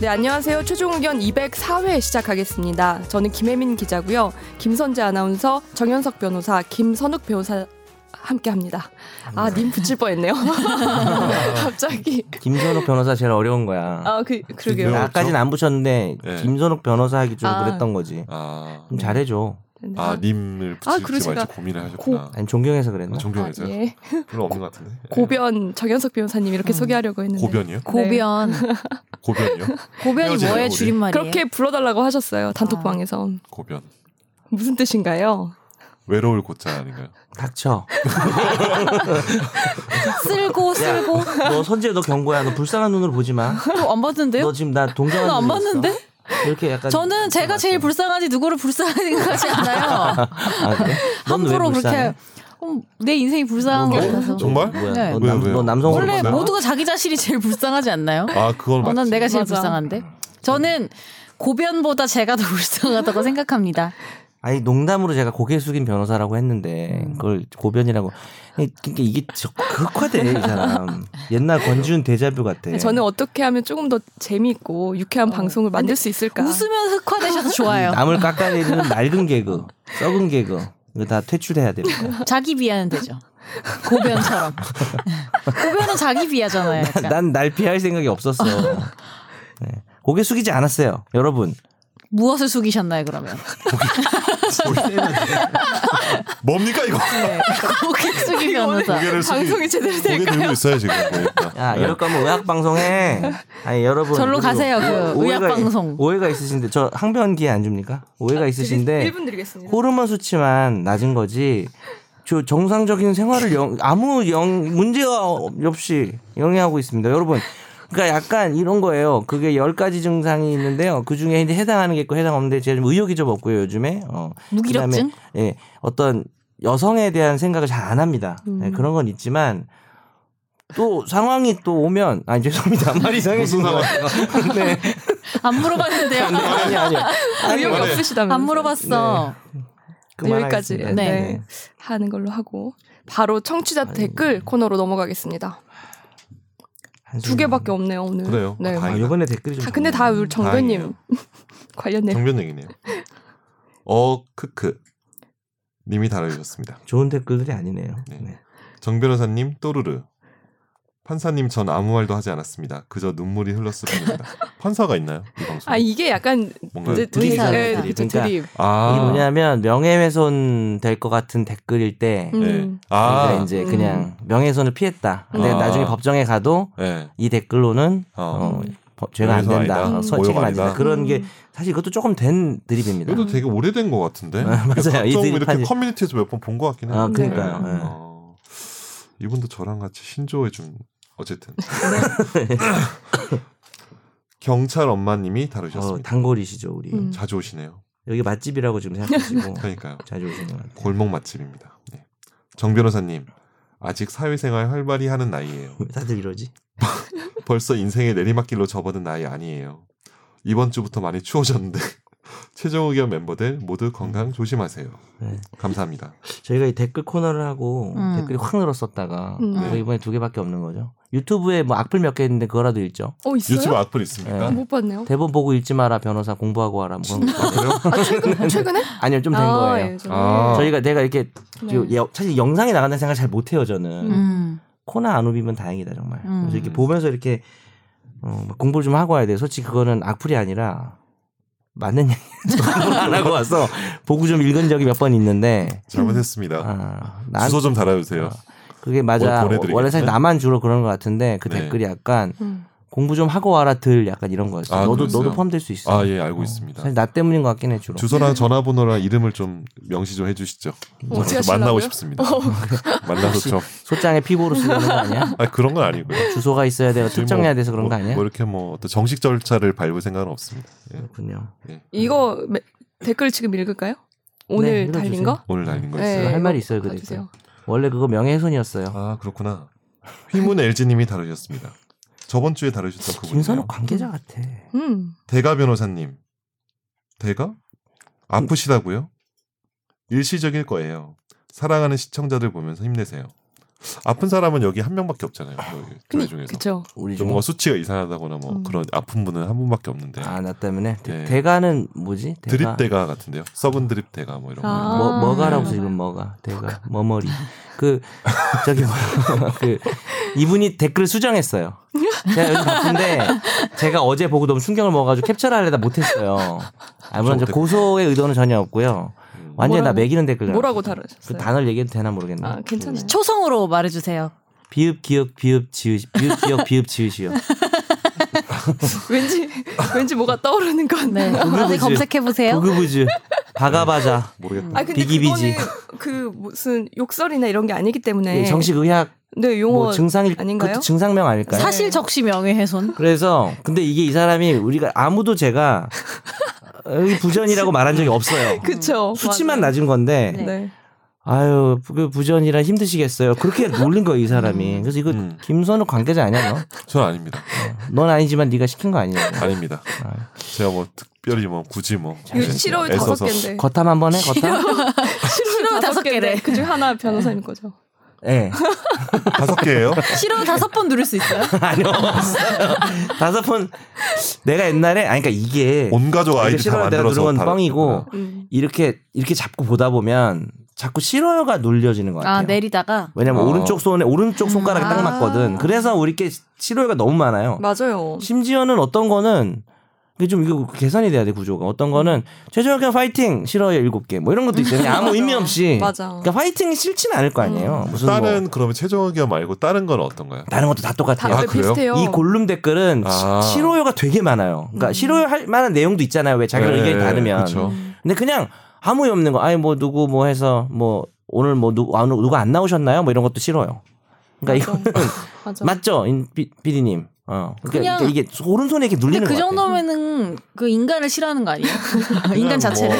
네, 안녕하세요. 최종 의견 204회 시작하겠습니다. 저는 김혜민 기자고요. 김선재 아나운서, 정현석 변호사, 김선욱 변호사 함께합니다. 아, 음. 님 붙일 뻔했네요. 갑자기. 김선욱 변호사 제일 어려운 거야. 아, 그 그러게요. 어렵죠? 그렇죠. 아까진 안 붙였는데 네. 김선욱 변호사 하기 좀 아. 그랬던 거지. 아, 음. 좀 잘해줘. 네. 아 님을 아, 붙일지 그러시구나. 말지 고민을 하셨구나. 아니 존경해서 그랬나? 아, 존경해서 아, 요 예. 별로 없는 것 같은데. 고변 정현석 변호사님 음. 이렇게 소개하려고 했는데 고변이요? 네. 고변. 고변이요? 고변이 헤어지는 뭐의 고리. 줄임말이에요? 그렇게 불러달라고 아. 하셨어요. 단톡방에서. 고변. 무슨 뜻인가요? 외로울 고자 아닌가요? 닥쳐. 쓸고 쓸고 너 선재 너 경고야. 너 불쌍한 눈으로 보지 마. 또 안 봤는데요? 너 지금 나 동정하는 저는 안 눈으로 봤는데? 있어. 이렇게 약간 저는 제가 제일 불쌍하지 누구를 불쌍하게 생각하지 않아요. 아, 그래? 넌왜 함부로 불쌍해? 그렇게 어, 내 인생이 불쌍한 너 것 뭐- 같아서. 정말? 뭐야? 네. 너, 왜요, 남, 왜요? 너 남성 원래 정말? 모두가 자기 자신이 제일 불쌍하지 않나요? 아 그건 어, 맞지. 난 내가 제일 맞아. 불쌍한데. 저는 고변보다 제가 더 불쌍하다고 생각합니다. 아니 농담으로 제가 고개 숙인 변호사라고 했는데 음. 그걸 고변이라고. 아니, 그러니까 이게 저- 극화돼 이 사람. 옛날 권지훈 데자뷰 네, 같아. 네, 저는 어떻게 하면 조금 더 재미있고 유쾌한 어. 방송을 만들 수 있을까? 웃으면 흑화되셔서 좋아요. 남을 깎아내리는 낡은 개그, 썩은 개그 이거 다 퇴출해야 됩니다. 자기 비하는 되죠. 고변처럼. 고변은 자기 비하잖아요. 약간. 난 날 피할 생각이 없었어. 네. 고개 숙이지 않았어요, 여러분. 무엇을 숙이셨나요, 그러면? 뭡니까 이거? 네. 고개 숙이면 서 고개를 숙이- 방송이 제대로 고개 될까요? 아, 들고 있어요 지금. 네, 야, 이럴 거면 의학 방송해. 아니 여러분. 절로 그리고 가세요, 그 오해가- 의학 방송. 아, 오해가 있으신데 저 항변기에 안 줍니까? 오해가 있으신데 1분 드리겠습니다. 호르몬 수치만 낮은 거지. 저 정상적인 생활을 영, 아무 영 문제가 없이 영위하고 있습니다. 여러분. 그러니까 약간 이런 거예요. 그게 열가지 증상이 있는데요. 그 중에 이제 해당하는 게 있고 해당 없는데 제가 좀 의욕이 좀 없고요, 요즘에. 어. 무기력증? 그다음에, 예. 어떤 여성에 대한 생각을 잘 안 합니다. 예, 음. 그런 건 있지만 또 상황이 또 오면 아 죄송합니다. 말이 이상해지는 것 같아요. 네. 안 물어봤는데요. 아니 아니. 아니 네. 의욕이 아니, 없으시다면 안 물어봤어. 여기까지 그만하겠습니다. 네. 하는 걸로 하고 바로 청취자 아니. 댓글 코너로 넘어가겠습니다. 한숨이 두 개밖에 없네요 오늘. 그래요? 네. 아, 아, 음, 다행이다. 이번에 댓글이 좀 다 근데 다 우리 정변님 다행이에요. 관련된 아, 정변 얘기네요. 어 크크 님이 달아주셨습니다. 좋은 댓글들이 아니네요. 네. 네. 정 변호사님 또르르. 판사님 전 아무 말도 하지 않았습니다. 그저 눈물이 흘렀을 뿐입니다. 판사가 있나요 이 방송? 아 이게 약간 뭔가 이제 둘이 의사- 사는 예, 애들이. 그쵸, 뭐, 그러니까 둘이. 아 이게 뭐냐면 명예훼손 될 것 같은 댓글일 때 음. 네. 아 우리가 이제 음. 그냥 명예훼손을 피했다. 근데 아. 나중에 법정에 가도 네. 이 댓글로는 어. 어, 버- 죄가 안 명예훼손 된다. 아니다. 어, 모욕 책임 안 된다. 아니다. 그런 음. 게 사실 이것도 조금 된 드립입니다. 이것도 되게 오래된 것 같은데. 아, 맞아요. 가끔 이들이 이렇게 판이- 커뮤니티에서 몇 번 본 것 같긴 아, 한데. 그러니까요. 네. 예. 어, 이분도 저랑 같이 신조에 좀 어쨌든 경찰 엄마님이 어, 다루셨습니다. 단골이시죠 우리. 음. 자주 오시네요. 여기 맛집이라고 지금 생각하시고 그러니까요. 자주 오시는 것 같아요. 골목 맛집입니다. 네. 정 변호사님 아직 사회생활 활발히 하는 나이예요. 왜 다들 이러지? 벌써 인생의 내리막길로 접어든 나이 아니에요. 이번 주부터 많이 추워졌는데 최종 의견 멤버들 모두 건강 조심하세요. 네. 감사합니다. 저희가 이 댓글 코너를 하고 음. 댓글이 확 늘었었다가 음. 그거 네. 이번에 두 개밖에 없는 거죠. 유튜브에 뭐 악플 몇 개 있는데 그거라도 읽죠. 어 있어요? 유튜브 악플 네. 있습니까? 아, 못 봤네요. 대본 보고 읽지 마라 변호사 공부하고 와라 뭐 그런 거. 아, 그래요? 아 최근 최근에? 아니요 좀 된 거예요. 어. 예. 예, 저는. 아. 저희가 내가 이렇게 네. 요- 여- 사실 영상에 나간다는 생각 잘 못해요 저는 음. 코나 안 오비면 다행이다 정말 음. 그래서 이렇게 보면서 이렇게 어, 막 공부를 좀 하고 와야 돼요 솔직히 그거는 악플이 아니라 맞는 얘기 공부를 안 하고 와서 보고 좀 읽은 적이 몇 번 있는데 잘못했습니다. 아, 난- 주소 좀 달아주세요. 그게 맞아 뭘 보내드리겠네? 원래 사실 나만 주로 그런 것 같은데 그 네. 댓글이 약간 음. 공부 좀 하고 와라 들 약간 이런 거였어 아, 너도 그랬어요? 너도 포함될 수 있어 네. 아 예 알고 있습니다. 사실 나 때문인 것 같긴 해 주로 주소랑 전화번호랑 이름을 좀 명시 좀 해주시죠. 음. 어떻게 저는 좀 하시려고요? 만나고 싶습니다. 만나서 좀 소장에 피고로 쓰는 거 아니야 아 그런 건 아니고요. 주소가 있어야 돼요 저희 뭐- 특정해야 돼서 그런 뭐- 거 아니야 뭐 이렇게 뭐 어떤 정식 절차를 밟을 생각은 없습니다. 예. 그렇군요. 예. 이거 매- 댓글 지금 읽을까요? 오늘 네, 읽어주세요. 달린 거? 오늘 날린 거 네, 있어요. 할 이거 말이 있어요, 그 봐주세요. 원래 그거 명예훼손이었어요. 아 그렇구나. 휘문 LG님이 다루셨습니다. 저번 주에 다루셨던 그분이요. 김선욱 관계자 같아. 음. 대가 변호사님. 음. 대가? 아프시다고요? 일시적일 거예요. 사랑하는 시청자들 보면서 힘내세요. 아픈 사람은 여기 한 명밖에 없잖아요. 여기 교회 중에서. 그쵸. 우리 좀 중 뭔가 수치가 이상하다거나 뭐 음. 그런 아픈 분은 한 분밖에 없는데 아, 나 때문에 대- 네. 대가는 뭐지? 대가. 드립 대가 같은데요. 서브 드립 대가 뭐 이런 아. 거. 뭐 뭐가라고 아. 지금 뭐가 대가 머머리 그 저기 뭐야 그 이분이 댓글을 수정했어요. 제가 여기 바쁜데 제가 어제 보고 너무 충격을 먹어가지고 캡처를 하려다 못했어요. 아 물론 저 고소의 의도는 전혀 없고요. 음. 완전 히나 뭐라고- 매기는 댓글. 뭐라고 달았어요. 그 달으셨어요? 단어를 얘기해도 되나 모르겠네. 아, 요 괜찮아요. 초성으로 말해주세요. 비읍 기읍 비읍 지으시 비읍 기역 비읍 지으시요. 왠지 왠지 뭐가 떠오르는 건. 네. 구글구즈. 어디 검색해보세요. 부그부즈 바가바자 모르겠다. 아 근데 음. 비기비지. 그거는 그 무슨 욕설이나 이런 게 아니기 때문에 예, 정식 의학 네 용어 뭐 증상일 아닌가요? 그것도 증상명 아닐까요? 네. 사실 적시 명예훼손. 그래서 근데 이게 이 사람이 우리가 아무도 제가 이 부전이라고 말한 적이 없어요. 그쵸. 수치만 낮은 건데 네. 네. 아유 그 부전이라 힘드시겠어요. 그렇게 놀린 거예요 이 사람이. 그래서 이거 음. 김선욱 관계자 아니야 너? 저는 아닙니다. 넌 아니지만 네가 시킨 거 아니야. 아, 아닙니다. 제가 뭐 특별히 뭐 굳이 뭐 이거 네. 7월 다섯 애써서 개인데. 거탐 한 번 해 거탐. 7월 다섯 개래. 그중 아. 하나 변호사님 거죠. 예. 다섯 개예요. 아, 네. 싫어 다섯 번 누를 수 있어요? 아니요. 없어요. 다섯 번 내가 옛날에 아니 그러니까 이게 온 가족 이게 아이디 다 싫어요. 내가 만들어서 누른 건 다 네. 뻥이고 음. 이렇게 이렇게 잡고 보다 보면 자꾸 싫어요가 눌려지는 것 같아요. 네, 아 내리다가 왜냐면 어. 오른쪽 손에 오른쪽 손가락에 딱 아. 맞거든. 그래서 우리께 치료가 너무 많아요. 맞아요. 심지어는 어떤 거는 이게 좀 이거 개선이 돼야 돼 구조가. 어떤 거는 최종학교 파이팅 싫어요 일곱 개 뭐 이런 것도 있어요. 그냥 아무 맞아. 의미 없이. 맞아. 그러니까 파이팅이 싫진 않을 거 음. 아니에요. 무슨 뭐 다른 그러면 최종 의견 말고 다른 건 어떤가요? 다른 것도 다 다 똑같아요. 거의 그래요? 비슷해요. 이 골룸 댓글은 아. 시- 싫어요가 되게 많아요. 그러니까 싫어요할 만한 내용도 있잖아요. 왜 자기 네, 의견이 다르면. 그쵸. 음. 근데 그냥 아무 의미 없는 거. 아니 뭐 누구 뭐 해서 뭐 오늘 뭐 누, 아, 누구 안 나오셨나요? 뭐 이런 것도 싫어요. 그러니까 맞아. 이거는 맞아. 맞죠, 인 비- PD님. 어. 그러니까 그냥- 이게 오른손에 이렇게 눌리는 근데 그 것 같아요. 정도면은 그 인간을 싫어하는 거 아니에요? 인간 자체를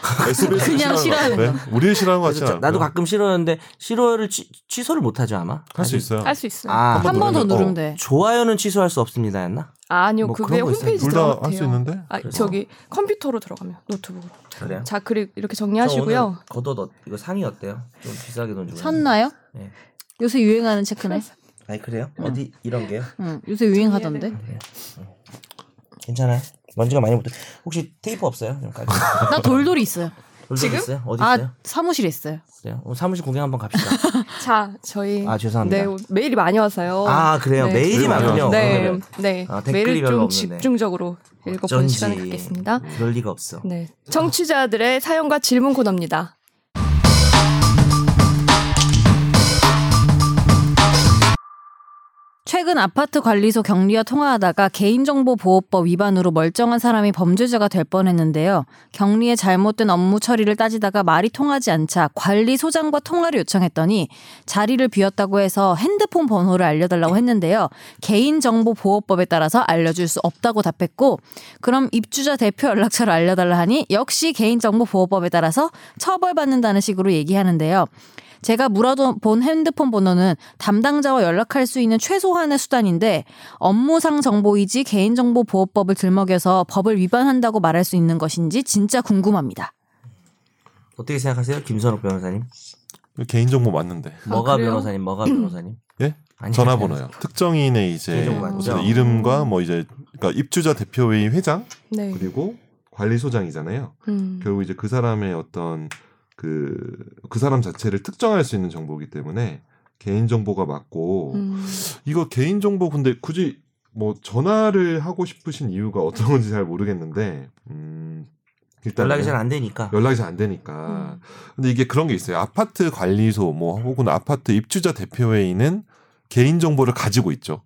SBS 그냥 싫어하는 네? 우리를 싫어하는 거뭐 그래서 같지 자- 그렇죠. 않아요? 나도 가끔 싫어하는데 싫어요를 취, 취소를 못 하죠 아마. 할수 있어요. 할 수 있어요. 아, 아 한 번 더 누르면- 누르면 돼. 좋아요는 취소할 수 없습니다 했나? 아니요 뭐 그게 그런 거 있어요. 홈페이지 둘 다 들어가면 할 수 돼요. 있는데 아 저기 컴퓨터로 들어가면 노트북으로. 그래요. 자 그리고 이렇게 정리하시고요. 겉옷 어- 이거 상의 어때요? 좀 비싸게 돈 주고. 샀나요? 네. 요새 유행하는 체크네. 아니 그래요? 어디 이런 게요? 응, 요새 유행하던데. 네. 괜찮아요. 먼지가 많이 묻어. 혹시 테이프 없어요? 좀 깔고. 나 돌돌이 있어요. 지금 있어요? 어디 있어요? 아 사무실에 있어요. 그래요? 오늘 사무실 구경 한번 갑시다. 자 저희 아 죄송합니다. 네 메일이 많이 와서요. 아 그래요. 네. 메일이 네. 많군요. 네, 오늘은. 네. 아, 댓글이 메일을 별로 좀 없는데. 집중적으로 읽어보는 어쩐지 음. 아. 시간을 갖겠습니다. 그럴 리가 없어. 네, 청취자들의 사연과 질문 코너입니다. 최근 아파트 관리소 경리와 통화하다가 개인정보보호법 위반으로 멀쩡한 사람이 범죄자가 될 뻔했는데요. 경리의 잘못된 업무 처리를 따지다가 말이 통하지 않자 관리소장과 통화를 요청했더니 자리를 비웠다고 해서 핸드폰 번호를 알려달라고 했는데요. 개인정보보호법에 따라서 알려줄 수 없다고 답했고 그럼 입주자 대표 연락처를 알려달라 하니 역시 개인정보보호법에 따라서 처벌받는다는 식으로 얘기하는데요. 제가 물어본 핸드폰 번호는 담당자와 연락할 수 있는 최소한의 수단인데 업무상 정보이지 개인정보 보호법을 들먹여서 법을 위반한다고 말할 수 있는 것인지 진짜 궁금합니다. 어떻게 생각하세요, 김선욱 변호사님? 개인정보 맞는데 뭐가 그래요? 변호사님? 뭐가 변호사님? 아, 예? 아니, 전화번호요. 특정인의 이제 개인정보 맞죠? 어쨌든 이름과 뭐 이제 그러니까 입주자 대표회의 회장 네. 그리고 관리소장이잖아요. 음. 결국 이제 그 사람의 어떤 그 그 사람 자체를 특정할 수 있는 정보이기 때문에 개인정보가 맞고 음. 이거 개인정보 근데 굳이 뭐 전화를 하고 싶으신 이유가 어떤 건지 잘 모르겠는데 음 일단 네. 연락이 잘 안 되니까. 연락이 잘 안 되니까. 음. 근데 이게 그런 게 있어요. 아파트 관리소 뭐 혹은 아파트 입주자 대표회의는 개인 정보를 가지고 있죠.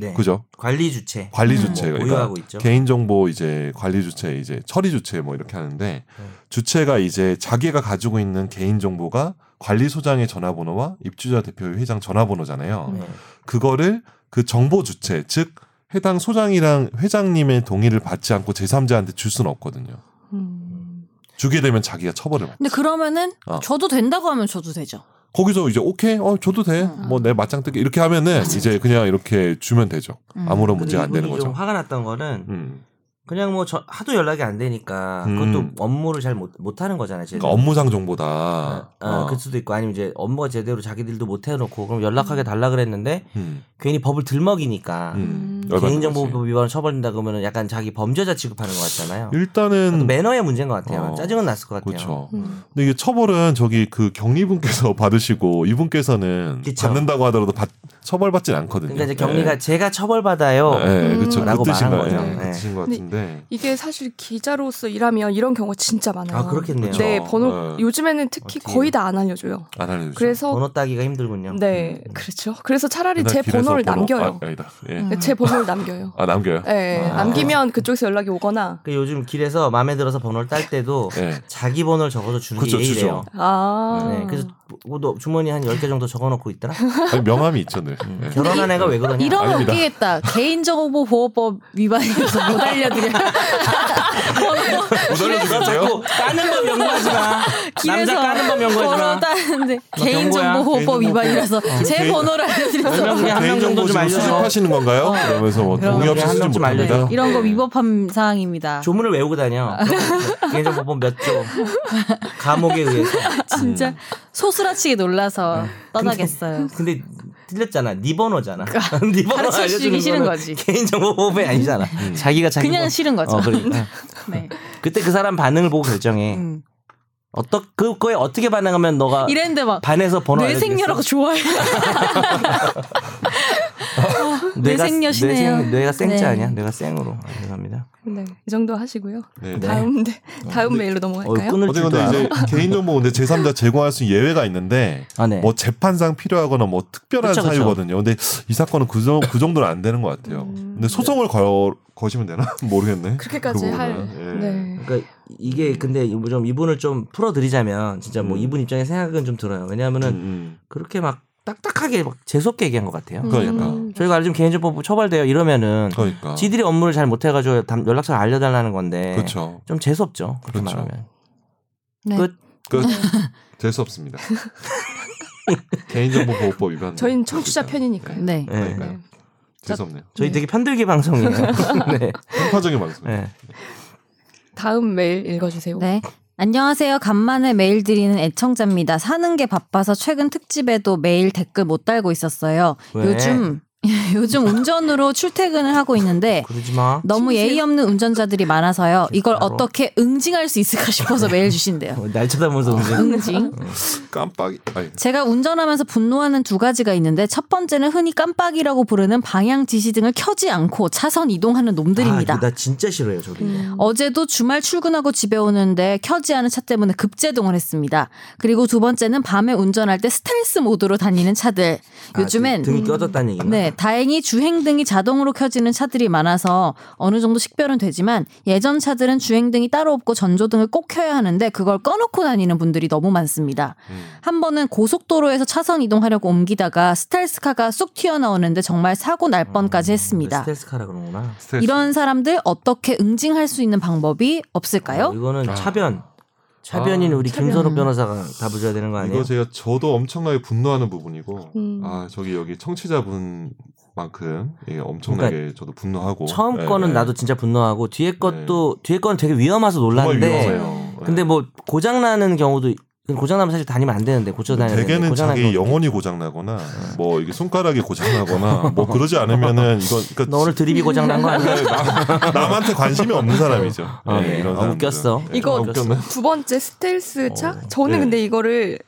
네. 그죠? 관리 주체. 관리 음. 주체가 뭐 그러니까 보유하고 있죠. 개인 정보 이제 관리 주체 이제 처리 주체 뭐 이렇게 하는데 음. 주체가 이제 자기가 가지고 있는 개인 정보가 관리소장의 전화번호와 입주자 대표회의 회장 전화번호잖아요. 네. 그거를 그 정보 주체 즉 해당 소장이랑 회장님의 동의를 받지 않고 제3자한테 줄 수는 없거든요. 음. 주게 되면 자기가 처벌을 받. 근데 그러면은 어. 저도 된다고 하면 저도 되죠. 거기서 이제 오케이 어 줘도 돼 음. 뭐 내 맞짱 뜨게 이렇게 하면은 이제 그냥 이렇게 주면 되죠 음. 아무런 근데 문제가 안 되는 이분이 좀 거죠 화가 났던 거는 음. 그냥 뭐 저, 하도 연락이 안 되니까 음. 그것도 업무를 잘 못 못하는 거잖아요. 제대로. 그러니까 어. 업무상 정보다. 아, 아, 그 수도 있고 아니면 이제 업무가 제대로 자기들도 못 해놓고 그럼 연락하게 달라 그랬는데 음, 괜히 법을 들먹이니까 음. 음. 열받는 거지. 개인정보 위반 처벌된다 그러면 약간 자기 범죄자 취급하는 것 같잖아요. 일단은 매너의 문제인 것 같아요. 어. 짜증은 났을 것 같아요. 그렇죠. 음. 근데 이게 처벌은 저기 그 격리분께서 받으시고 이분께서는 그쵸. 받는다고 하더라도 받, 처벌받진 않거든요. 그러니까 이제 경리가 제가 처벌받아요. 네, 그렇죠. 라고 그 뜻인 말한 거예요. 거죠. 그 네. 뜻인 것 음. 근데 같은데. 이게 사실 기자로서 일하면 이런 경우가 진짜 많아요. 아 그렇겠네요. 그쵸. 네, 번호 네. 그렇죠. 요즘에는 특히 어떻게. 거의 다 안 알려줘요. 안 알려주죠. 그래서 번호 따기가 힘들군요. 음, 네, 그렇죠. 그래서 차라리 맨날 제 길에서 번호를 번호- 남겨요. 네, 아, 아니다. 예. 음. 제 번호를 남겨요. 아 남겨요. 네, 아. 남기면 그쪽에서 연락이 오거나. 그 요즘 길에서 마음에 들어서 번호를 딸 때도 예. 자기 번호를 적어서 주는 그렇죠, 게 예의래요. 주죠. 아, 네, 그래서 뭐, 너 주머니 한 10개 정도 적어놓고 있더라. 아니, 명함이 있죠, 늘. 음. 예. 결혼한 애가 왜 그러냐. 음. 이러면 아닙니다. 웃기겠다. 개인정보 보호법 위반해서 못 알려드려. 못 길에서 알려주는데요? 자꾸 까는 법 연구하지 마. 남자 까는 법 번호 연구하지 마. 따는데 경고야. 개인정보 보호법 위반이라서 제 개인- 번호를 알려드려서 그냥 한명 정도 개인정보 좀 지금 알려줘. 어. 수집하시는 건가요? 그러면서 뭐 그럼 동의 없이 그냥 한 수집 명쯤 못합니다. 알려줘. 이런 거 위법한 사항입니다. 조문을 외우고 다녀. 아. 개인정보법 몇 조. 감옥에 의해서. 진짜 소스라치게 놀라서 떠나겠어요. 음. 네. 근데 틀렸잖아. 네 번호잖아. 네 번호 그러니까 가르쳐 주기 알려주는 싫은 거는 거지. 개인정보법이 아니잖아. 음. 자기가 자기 그냥 번- 싫은 거죠. 어, 네. 그러니까. 네. 그때 그 사람 반응을 보고 결정해. 음. 어떠 그거에 어떻게 반응하면 너가 이랬는데 막 반에서 아, 번호 뇌생녀라고 알려주겠어? 좋아해. 뇌가- 뇌생녀시네요. 뇌생- 뇌가 생자 네. 아니야? 뇌가 생으로. 아, 죄송합니다. 네, 이 정도 하시고요. 네. 다음 네, 다음 메일로 어, 넘어갈까요? 끊을 줄도 어쨌든 알아. 이제 개인정보 근데 제3자 제공할 수 있는 예외가 있는데 아, 네. 뭐 재판상 필요하거나 뭐 특별한 그쵸, 그쵸. 사유거든요. 근데 이 사건은 그, 정, 그 정도는 안 되는 것 같아요. 음. 근데 소송을 거, 거시면 되나 모르겠네. 그렇게까지 그 할. 부분은. 예. 네. 그러니까 이게 근데 이거 뭐 좀 이분을 좀 풀어드리자면 진짜 뭐 음. 이분 입장에 생각은 좀 들어요. 왜냐하면은 음, 그렇게 막 딱딱하게 막 재수없게 얘기한 것 음. 같아요. 그러니까. 저희가 요즘 개인정보 처벌돼요 이러면은 음. 어. 그러니까. 음. 지들이 업무를 잘 못해가지고 담- 연락처를 알려달라는 건데 그렇죠. 좀 재수없죠. 그렇게 그렇죠. 말하면. 네. 끝. 끝. 될 수 없습니다. 개인정보 보호법 위반. 저희는 청취자 편이니까요. 네. 네. 그러니까요. 네. 될수 없네요. 저희 네. 되게 편들기 방송이에요. 네. 편파적인 방송. 네. 다음 메일 읽어주세요. 네. 안녕하세요. 간만에 메일 드리는 애청자입니다. 사는 게 바빠서 최근 특집에도 메일 댓글 못 달고 있었어요. 왜? 요즘 요즘 운전으로 출퇴근을 하고 있는데 그러지 마. 너무 예의 없는 운전자들이 많아서요. 이걸 어떻게 응징할 수 있을까 싶어서 메일 주신대요. 어, 날 쳐다보면서 문제. 응징. 네. 깜빡이. 아니, 제가 운전하면서 분노하는 두 가지가 있는데 첫 번째는 흔히 깜빡이라고 부르는 방향 지시등을 켜지 않고 차선 이동하는 놈들입니다. 음. 아, 이거 나 진짜 싫어요 저기. 어제도 주말 출근하고 집에 오는데 켜지 않은 차 때문에 급제동을 했습니다. 그리고 두 번째는 밤에 운전할 때 스텔스 모드로 다니는 차들. 요즘엔 아, 등- 등이 껴졌다는 얘기가. 네, 다행히 주행등이 자동으로 켜지는 차들이 많아서 어느 정도 식별은 되지만 예전 차들은 주행등이 따로 없고 전조등을 꼭 켜야 하는데 그걸 꺼놓고 다니는 분들이 너무 많습니다. 음. 한 번은 고속도로에서 차선 이동하려고 옮기다가 스텔스카가 쑥 튀어나오는데 정말 사고 날 뻔까지 음, 했습니다. 네, 그 스텔스카라 그러구나. 스트레스. 이런 사람들 어떻게 응징할 수 있는 방법이 아, 없을까요? 이거는 아. 차변. 차변인 우리 김선욱 변호사가 다부져야 되는 거 아니에요? 이거 제가 저도 엄청나게 분노하는 부분이고 음. 아 저기 여기 청취자분만큼 예, 엄청나게 저도 분노하고 그러니까 처음 예, 거는 예. 나도 진짜 분노하고 뒤에 것도 뒤에 거는 되게 위험해서 네. 정말 놀랐는데 위험해요. 예. 근데 뭐 고장 나는 경우도 고장 나면 사실 다니면 안 되는데 고쳐 다녀야 되는데 대개는 고장 나는 자기 경우도 영혼이 고장나거나 네. 뭐 이게 손가락이 고장나거나 뭐 그러지 않으면은 이건 있고. 그러니까 너 오늘 드립이 고장 난 거 아니야? 남, 한테 관심이 없는 사람이죠. 아, 예, 네. 이런 아, 사람들은. 웃겼어. 예, 이거 아, 웃겼나요? 두 번째 스텔스 차? 어. 저는 네. 근데 이거를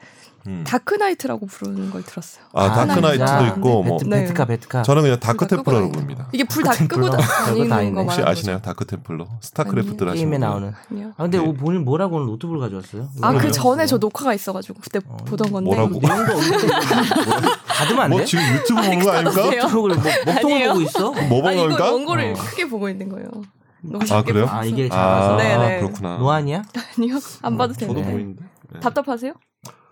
음. 다크나이트라고 부르는 걸 들었어요. 아 다크나이트도 진짜. 있고 뭐 베트, 네. 베트카 베트카. 저는 그냥 그거 다크템플러로 끄고 아, 부릅니다. 이게 불 다 끄고 템플러? 별거 다니는 다 있네. 거 혹시 말하는 아시나요? 다크템플러 스타크래프트를 하시는 게임에 분. 나오는. 거죠? 아 근데 네. 본인 뭐라고 오늘 노트북을 가져왔어요? 아 그 왜요? 전에 저 녹화가 있어가지고 그때 보던 건데 뭐라고? 내용도 없는데 가두면 안 돼? 뭐 지금 유튜브 보는 거 아닐까? 그러세요? 노트북을 뭐, 먹통을 아니에요. 보고 있어? 뭐 아니 보는 이거 걸까? 원고를 어. 크게 보고 있는 거예요. 너무 아 작게 그래요? 보고 아 이게 작아서 뭐 아 네네. 그렇구나. 노안이야? 아니요 안 봐도 어, 저도 되는데. 보이는데. 네. 답답하세요?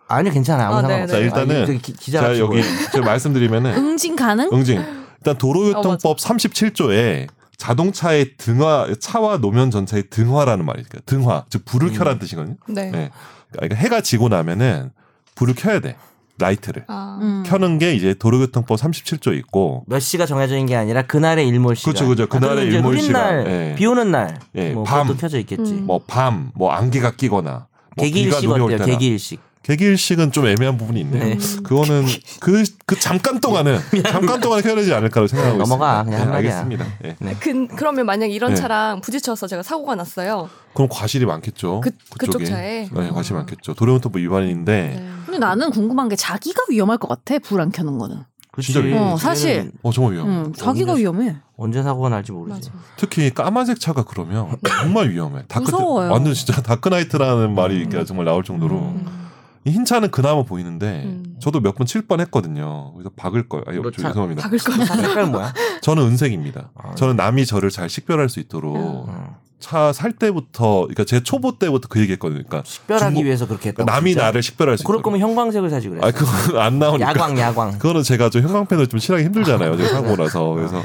아니 괜찮아 아무 아, 상관 네, 없어. 네. 자, 일단은 기자 제가 같이 여기 보여. 제가 말씀드리면은 응징 가능? 응징. 일단 아, 도로교통법 37조에 자동차의 등화 차와 노면 전차의 등화라는 말이 있어요. 음. 등화 즉 불을 켜라는 뜻이거든요. 네. 네. 그러니까 해가 지고 나면은 불을 켜야 돼. 라이트를 아. 음. 켜는 게 이제 도로교통법 37조 있고 몇 시가 정해져 있는 게 아니라 그날의 일몰 시간. 아, 그렇죠, 그렇죠. 그날의 그럼 이제 일몰 흐린 시간. 날, 예. 비 오는 날, 예, 뭐 밤. 그것도 켜져 있겠지. 음. 뭐 밤, 뭐 안개가 끼거나 뭐 비가 개기일식 눈이 올 어때요? 때나 개기일식. 개기일식은 좀 애매한 부분이 있네요. 네. 음. 그거는 그, 그 잠깐 동안은 잠깐 동안 해야 되지 않을까라고 생각하고 넘어가, 있습니다. 그냥 한 네, 말이야. 알겠습니다. 예. 근, 그러면 만약 이런 네. 차랑 부딪혀서 제가 사고가 났어요. 그럼 과실이 많겠죠. 그- 그쪽 그쪽에. 차에? 네, 과실 아. 많겠죠. 도로교통법 위반인데 네. 근데 나는 궁금한 게 자기가 위험할 것 같아 불 안 켜는 거는. 그치. 진짜 위험해. 어, 사실. 어 정말 위험. 음. 응, 자기가 언제- 위험해. 언제 사고가 날지 모르지. 맞아. 특히 까만색 차가 그러면 정말 위험해. 다크 무서워요. 완전 진짜 다크나이트라는 말이 음. 이렇게 정말 나올 정도로 음. 이 흰 차는 그나마 보이는데 음. 저도 몇 번 칠 뻔했거든요. 그래서 박을 걸. 아니, 너 차- 죄송합니다. 박을 거야. 차 아, 색깔 뭐야? 저는 은색입니다. 아, 저는 남이 저를 잘 식별할 수 있도록 음. 차 살 때부터, 그러니까 제 초보 때부터 그 얘기했거든요. 그러니까 식별하기 중국- 위해서 그렇게 했다. 그러니까 남이 나를 식별할 수 그럴 있도록. 거면 형광색을 사지 그랬어. 아, 그건 안 나오니까. 야광 야광. 그거는 제가 좀 형광펜을 좀 칠하기 힘들잖아요. 제가 사고 나서. 어, 아, 그래서.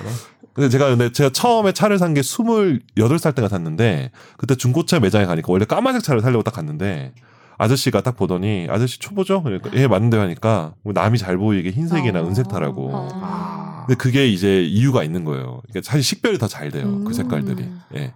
근데 제가 근데 제가 처음에 차를 산 게 28살 때가 샀는데 그때 중고차 매장에 가니까 원래 까만색 차를 사려고 딱 갔는데 아저씨가 딱 보더니 아저씨 초보죠? 그러니까 예, 맞는데 하니까 뭐 남이 잘 보이게 흰색이나 어. 은색 타라고. 어. 아. 근데 그게 이제 이유가 있는 거예요. 그러니까 사실 식별이 더 잘 돼요. 그 음. 색깔들이. 예.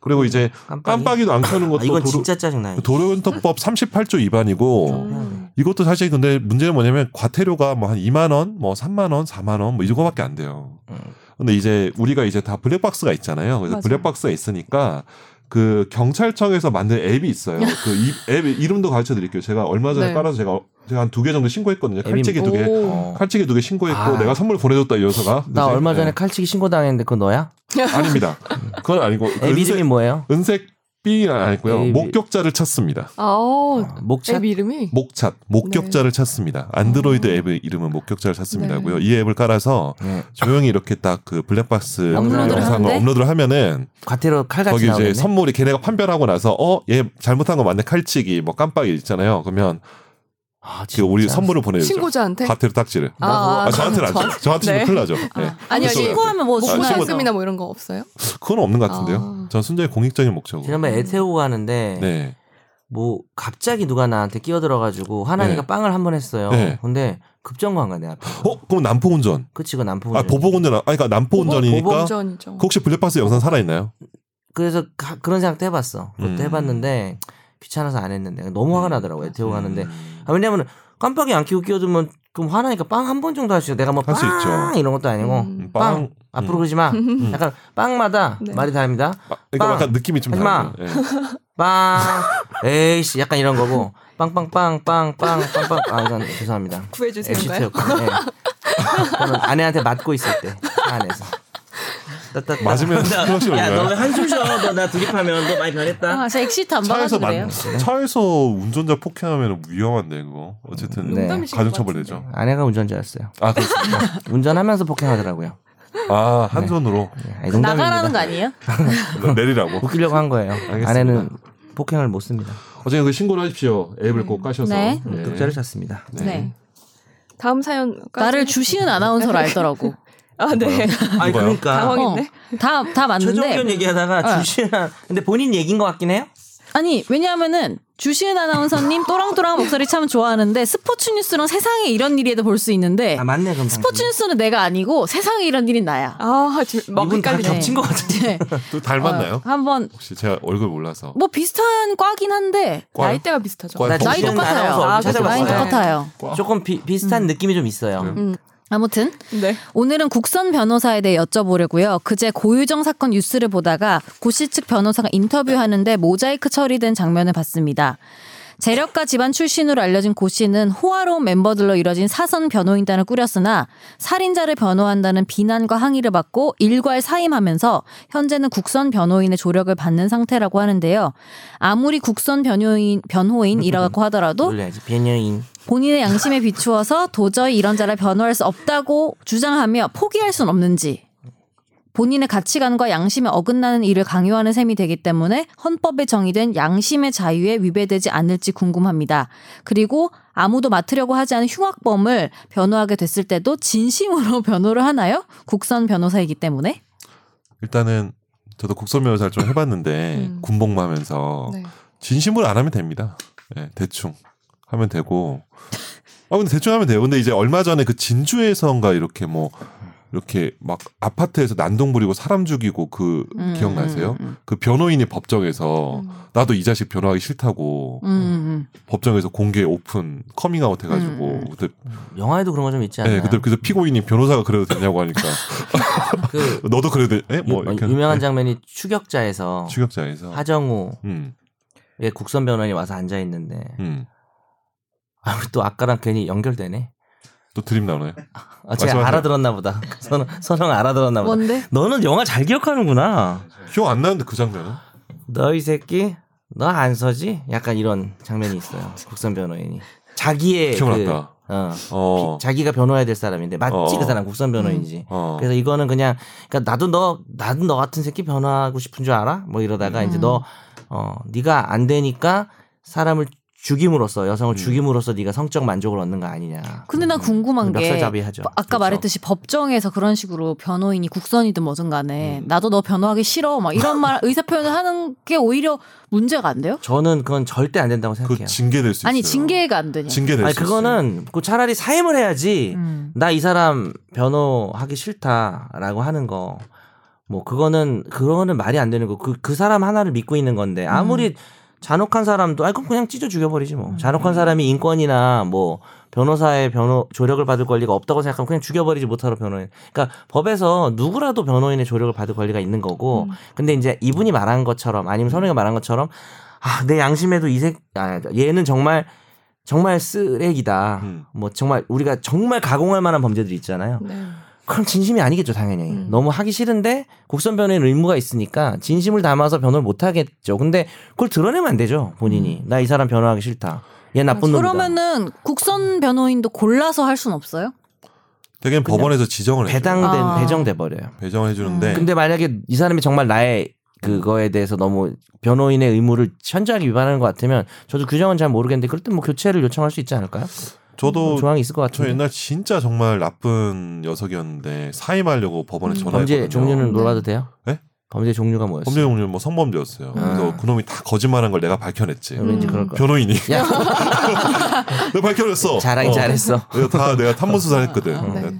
그리고 이제 깜빡이. 깜빡이도 안 켜는 것도 아, 이건 도로, 진짜 어. 짜증나. 도로교통법 38조 위반이고 음. 이것도 사실 근데 문제는 뭐냐면 과태료가 뭐 한 2만 원, 뭐 3만 원, 4만 원 뭐 이거밖에 안 돼요. 음. 근데 이제 우리가 이제 다 블랙박스가 있잖아요. 그래서 맞아요. 블랙박스가 있으니까 그 경찰청에서 만든 앱이 있어요. 그 앱 이름도 가르쳐 드릴게요. 제가 얼마 전에 네. 깔아서 제가 제가 한 두 개 정도 신고했거든요. 앱이- 칼찌기 두 개. 오. 어. 칼찌기 두 개 신고했고 아. 내가 선물 보내줬다 이 녀석아. 나 그래서- 얼마 전에 네. 칼치기 신고 당했는데 그거 너야? 아닙니다. 그건 아니고 그 앱 이름이 은색 뭐예요? 은색 빙은 아니고요. 앱이- 목격자를 찾습니다. 아, 어, 목차 앱 이름이? 목찾 목격자를 찾습니다. 안드로이드 앱의 이름은 목격자를 찾습니다고요. 이 앱을 깔아서 네. 조용히 이렇게 딱 그 블랙박스 업로드를 영상을 하는데? 업로드를 하면은 과태료 거기 칼같이 이제 나오겠네. 선물이 걔네가 판별하고 나서 어 얘 잘못한 거 맞네 칼치기 뭐 깜빡이 있잖아요. 그러면 아, 그 우리 선물을 보내죠. 신고자한테? 과태료 딱지를. 아, 아, 아, 저한테는 안 줘. 저한테 네. 는 큰일 나죠. 예. 아니, 아니. 신고하면 뭐 아, 신고- 주나요? 보상금이나 뭐 이런 거 없어요? 그건 없는 것 같은데요. 아. 전 순전히 공익적인 목적으로. 지난번에 애 태우고 하는데 네. 뭐 갑자기 누가 나한테 끼어들어가지고 하나니까 네. 빵을 한 번 했어요. 네. 근데 급정거한 거야 내 앞에. 어 그럼 남포 운전. 그치 그 남포. 아 보복 운전. 아 그러니까 남포 운전이니까. 보범전이죠. 그 혹시 블랙박스 영상 살아 있나요? 그래서 가- 그런 생각도 해봤어. 그것도 음. 해봤는데 귀찮아서 안 했는데 너무 화가 나더라고 애 태우고 하는데. 음. 아, 왜냐면 깜빡이 안 끼고 끼어들면 그럼 화나니까 빵 한 번 정도 할 수 있어. 내가 뭐 할수 빵 있죠. 이런 것도 아니고 음. 빵. 빵 앞으로 그러지 마. 약간 빵마다 네. 말이 다릅니다. 아, 그러니까 빵. 약간 느낌이 좀 하지 마. 다르죠. 예. 빵 에이씨 약간 이런 거고 빵빵빵빵빵빵빵 아 이건 죄송합니다. 구해주세요인가요? MC였군요. 네. 저는 아내한테 맞고 있을 때차 안에서. 따따따. 맞으면 클러치로 야, 인가요? 너 한숨 쉬어. 너나 돌입하면 너 많이 변했다. 아, 저 엑시트 안 차에서 받아도 돼요? 만- 차에서 운전자 폭행하면 위험한데 그거. 어쨌든 네. 농담이신 것 가중처벌되죠. 아내가 운전자였어요. 아, 그렇습니다. 운전하면서 폭행하더라고요. 아, 한 손으로 네, 아니, 농담입니다. 나가라는 거 아니에요? 네. 내리라고. 웃기려고 한 거예요. 알겠습니다. 아내는 폭행을 못 씁니다. 어쨌든 그 신고를 하십시오. 앱을 꼭 까셔서. 네. 네. 독자를 찾습니다. 네. 다음 사연 나를 주시은 아나운서로 알더라고. 어, 아, 네. 아니 누가요? 그러니까 당황했네. 다 다 최종 의견 맞는데 어. 얘기하다가 주시한 근데 본인 얘기인 것 같긴 해요. 아니 왜냐하면은 주시은 아나운서님 또랑또랑 목소리 참 좋아하는데 스포츠 뉴스랑 세상에 이런 일에도 볼 수 있는데 아 맞네 그럼 스포츠 뉴스는 내가 아니고 세상에 이런 일이 나야. 아, 지금 막 이분 다 헷갈리네. 겹친 것 같은데. 네. 또 닮았나요? 어, 아. 한번 혹시 제가 얼굴 네. 몰라서. 뭐 비슷한 과긴 한데 꽈요? 나이대가 비슷하죠. 꽈요? 나 나이 정신 똑같아요. 아나운서 아, 나이 찾아봤어요. 음. 그렇죠. 똑같아요. 음. 꽈? 조금 비, 비슷한 느낌이 좀 있어요. 그래요? 아무튼 네. 오늘은 국선 변호사에 대해 여쭤보려고요. 그제 고유정 사건 뉴스를 보다가 고씨 측 변호사가 인터뷰하는데 모자이크 처리된 장면을 봤습니다. 재력가 집안 출신으로 알려진 고 씨는 호화로운 멤버들로 이뤄진 사선 변호인단을 꾸렸으나 살인자를 변호한다는 비난과 항의를 받고 일괄 사임하면서 현재는 국선 변호인의 조력을 받는 상태라고 하는데요. 아무리 국선 변호인 변호인이라고 하더라도 놀려야지 변여인. 본인의 양심에 비추어서 도저히 이런 자를 변호할 수 없다고 주장하며 포기할 순 없는지 본인의 가치관과 양심에 어긋나는 일을 강요하는 셈이 되기 때문에 헌법에 정의된 양심의 자유에 위배되지 않을지 궁금합니다. 그리고 아무도 맡으려고 하지 않은 흉악범을 변호하게 됐을 때도 진심으로 변호를 하나요? 국선 변호사이기 때문에. 일단은 저도 국선 변호사를 좀 해봤는데 음. 군복무 하면서 네. 네, 진심으로 안 하면 됩니다. 예, 대충 하면 되고 아 근데 대충 하면 돼요. 근데 이제 얼마 전에 그 진주에서인가 이렇게 뭐 이렇게 막 아파트에서 난동 부리고 사람 죽이고 그 음, 기억나세요? 음, 그 변호인이 법정에서 음. 나도 이 자식 변호하기 싫다고 음, 음, 법정에서 공개 오픈 커밍아웃 해가지고 음, 음. 그때 영화에도 그런 거 좀 있지 않나요? 예, 그때 그래서 피고인이 변호사가 그래도 되냐고 하니까 그 너도 그래도 돼? 예? 뭐 유- 이렇게 유명한 장면이 추격자에서 추격자에서 하정우의 음, 국선 변호인이 와서 앉아 있는데 음. 아, 또 아까랑 괜히 연결되네. 또 드림 나오나요? 아, 제가 말씀하세요. 알아들었나 보다. 선, 선영 알아들었나 음. 보다. 뭔데? 너는 영화 잘 기억하는구나. 기억 안 나는데 그 장면은? 너 이 새끼 너 안 서지? 약간 이런 장면이 있어요. 국선 변호인이 자기의 그, 기억났다. 어, 어. 피- 자기가 변호해야 될 사람인데 마치 어. 그 사람 국선 변호인지. 어. 그래서 이거는 그냥 그러니까 나도 너 나도 너 같은 새끼 변호하고 싶은 줄 알아? 뭐 이러다가 음. 이제 너 어, 네가 안 되니까 사람을 죽임으로써 여성을 음. 죽임으로써 네가 성적 만족을 얻는 거 아니냐. 근데 나 궁금한 게 멱살잡이 하죠. 그렇죠. 아까 말했듯이 법정에서 그런 식으로 변호인이 국선이든 뭐든 간에 음. 나도 너 변호하기 싫어 막 이런 말 의사 표현을 하는 게 오히려 문제가 안 돼요? 저는 그건 절대 안 된다고 그 생각해요. 징계될 수 있어요. 아니 징계가 안 되냐? 징계될 아니 수 있어요. 그거는 그 차라리 사임을 해야지. 음. 나 이 사람 변호하기 싫다라고 하는 거. 뭐 그거는 그거는 말이 안 되는 거. 그 그 사람 하나를 믿고 있는 건데 아무리 잔혹한 사람도 아이 그럼 그냥 찢어 죽여버리지 뭐. 잔혹한 사람이 인권이나 뭐 변호사의 변호 조력을 받을 권리가 없다고 생각하면 그냥 죽여버리지 못하러 변호인. 그러니까 법에서 누구라도 변호인의 조력을 받을 권리가 있는 거고. 근데 이제 이분이 말한 것처럼 아니면 선우가 말한 것처럼 아 내 양심에도 이색 아, 얘는 정말 정말 쓰레기다. 음. 뭐 정말 우리가 정말 가공할 만한 범죄들이 있잖아요. 네. 그럼 진심이 아니겠죠 당연히 음. 너무 하기 싫은데 국선 변호인 의무가 있으니까 진심을 담아서 변호를 못 하겠죠 근데 그걸 드러내면 안 되죠 본인이 음. 나 이 사람 변호하기 싫다 얘 아, 나쁜 놈이다 음. 그러면은 국선 변호인도 골라서 할 순 없어요? 되게 법원에서 지정을 해줘요. 배당된 아. 배정돼 버려요 배정을 해주는데 음. 근데 만약에 이 사람이 정말 나의 그거에 대해서 너무 변호인의 의무를 현저하게 위반하는 것 같으면 저도 규정은 잘 모르겠는데 그럴 때 뭐 교체를 요청할 수 있지 않을까요 뭐 저도 조항이 있을 것 어, 저 같은데 옛날 진짜 정말 나쁜 녀석이었는데 사임하려고 법원에 음. 전화했거든요. 범죄 종류는 물어봐도 돼요 네? 범죄 종류가 뭐였어요 아. 범죄 종류는 뭐 성범죄였어요. 그래서 그놈이 다 거짓말한 걸 내가 밝혀냈지. 왠지 음. 그럴 거야 변호인이 야 내가 밝혀냈어. 잘하긴 어. 잘했어 내가 다 내가 탐문 수사를 했거든. 네. 내가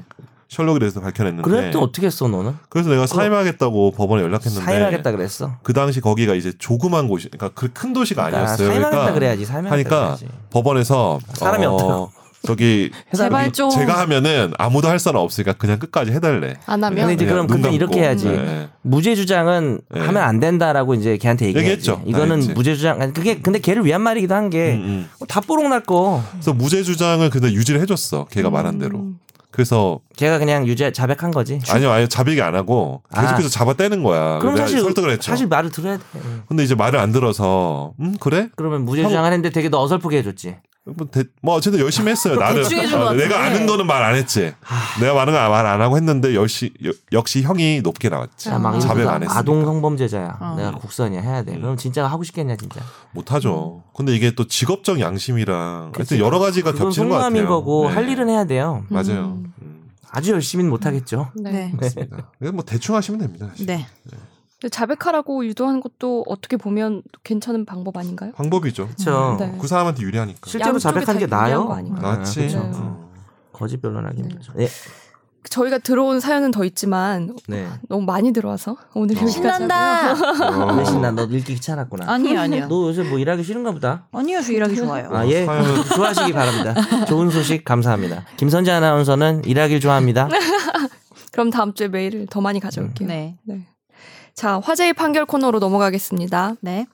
셜록에 대해서 밝혀냈는데. 아, 그래도 어떻게 했어 너는 그래서 내가 사임하겠다고 법원에 네. 연락했는데 사임하겠다 그랬어. 그 당시 거기가 이제 조그만 곳이 그러니까 그 큰 도시가 그러니까 아니었어요. 사임하겠다 그러니까 그래야지. 사임하겠다 하니까 그래야지. 법원에서 어, 사람이 없더라고. 저기 제발 좀 제가 하면은 아무도 할 사람 없으니까 그냥 끝까지 해달래. 안 하면 근데 이제 그냥 그럼 그때 눈 감고. 이렇게 해야지. 네. 무죄 주장은 네. 하면 안 된다라고 이제 걔한테 얘기해야지. 얘기했죠. 이거는 당연히. 무죄 주장 아니, 그게 근데 걔를 위한 말이기도 한 게 어, 음, 음. 다 뽀록 날 거. 그래서 무죄 주장을 근데 유지를 해줬어. 걔가 말한 음. 대로. 그래서 걔가 그냥 유죄 자백한 거지. 아니요, 아예 자백이 안 하고 계속해서 아. 잡아 떼는 거야. 그럼 내가 사실 설득을 했죠. 사실 말을 들어야 돼. 근데 이제 말을 안 들어서 음 그래? 그러면 무죄 주장을 했는데 되게 너 어설프게 해줬지. 뭐, 대, 뭐 어쨌든 열심히 했어요. 나름 대충 해준 것 어, 내가 같은데. 아는 거는 말 안 했지. 아. 내가 많은 거 말 안 하고 했는데 역시 여- 역시 형이 높게 나왔지. 야, 막 자백 이거다. 안 했으니까 음. 아동 성범죄자야. 어. 내가 국선이야 해야 돼. 그럼 진짜 하고 싶겠냐 진짜. 못하죠. 근데 이게 또 직업적 양심이랑 하여튼 그치. 여러 가지가 그건 겹치는 것 같아요. 속마음인 거고 네. 할 일은 해야 돼요. 맞아요. 음. 음, 아주 열심히는 못 하겠죠. 네. 네. 맞습니다. 이건 뭐 대충 하시면 됩니다. 사실. 네. 근데 자백하라고 유도하는 것도 어떻게 보면 괜찮은 방법 아닌가요? 방법이죠. 그렇죠. 네. 그 사람한테 유리하니까. 실제로 양쪽이 자백하는 게 다 유리한 나아요. 거 아닌가요? 낫지. 네, 그렇죠. 네. 어. 거짓 변론하기 네. 힘들죠. 네. 저희가 들어온 사연은 더 있지만 네. 너무 많이 들어와서 오늘 여기까지 하고요. 신난다. 어. 왜 신나? 너 읽기 귀찮았구나. 아니요 아니요. 너 요새 뭐 일하기 싫은가 보다. 아니요 저 일하기 좋아요. 아, 예. 사연은- 좋아하시기 바랍니다. 좋은 소식 감사합니다. 김선재 아나운서는 일하길 좋아합니다. 네. 그럼 다음 주에 메일을 더 많이 가져올게요. 네. 네. 자, 화제의 판결 코너로 넘어가겠습니다. 네.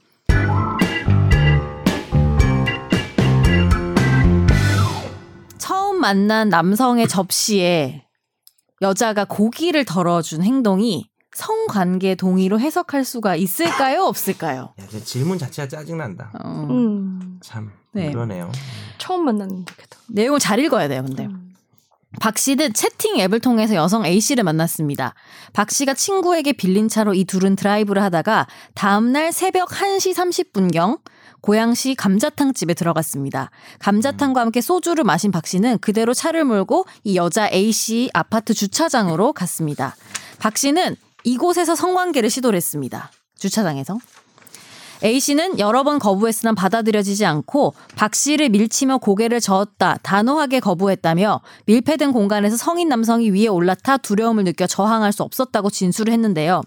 처음 만난 남성의 접시에 여자가 고기를 덜어준 행동이 성관계 동의로 해석할 수가 있을까요? 없을까요? 야, 진짜 질문 자체가 짜증난다. 아. 어, 음, 참. 네. 그러네요. 처음 만났는데 그래도. 내용을 잘 읽어야 돼요, 근데. 음. 박 씨는 채팅 앱을 통해서 여성 A 씨를 만났습니다. 박 씨가 친구에게 빌린 차로 이 둘은 드라이브를 하다가 다음날 새벽 1시 30분경 고양시 감자탕집에 들어갔습니다. 감자탕과 함께 소주를 마신 박 씨는 그대로 차를 몰고 이 여자 A 씨 아파트 주차장으로 갔습니다. 박 씨는 이곳에서 성관계를 시도를 했습니다. 주차장에서. A 씨는 여러 번 거부했으나 받아들여지지 않고 박 씨를 밀치며 고개를 저었다 단호하게 거부했다며 밀폐된 공간에서 성인 남성이 위에 올라타 두려움을 느껴 저항할 수 없었다고 진술을 했는데요.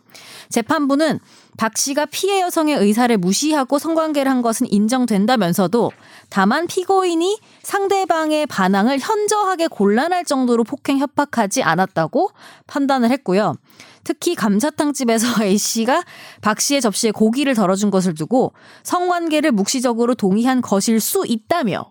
재판부는 박 씨가 피해 여성의 의사를 무시하고 성관계를 한 것은 인정된다면서도 다만 피고인이 상대방의 반항을 현저하게 곤란할 정도로 폭행 협박하지 않았다고 판단을 했고요. 특히 감자탕집에서 A씨가 박 씨의 접시에 고기를 덜어준 것을 두고 성관계를 묵시적으로 동의한 것일 수 있다며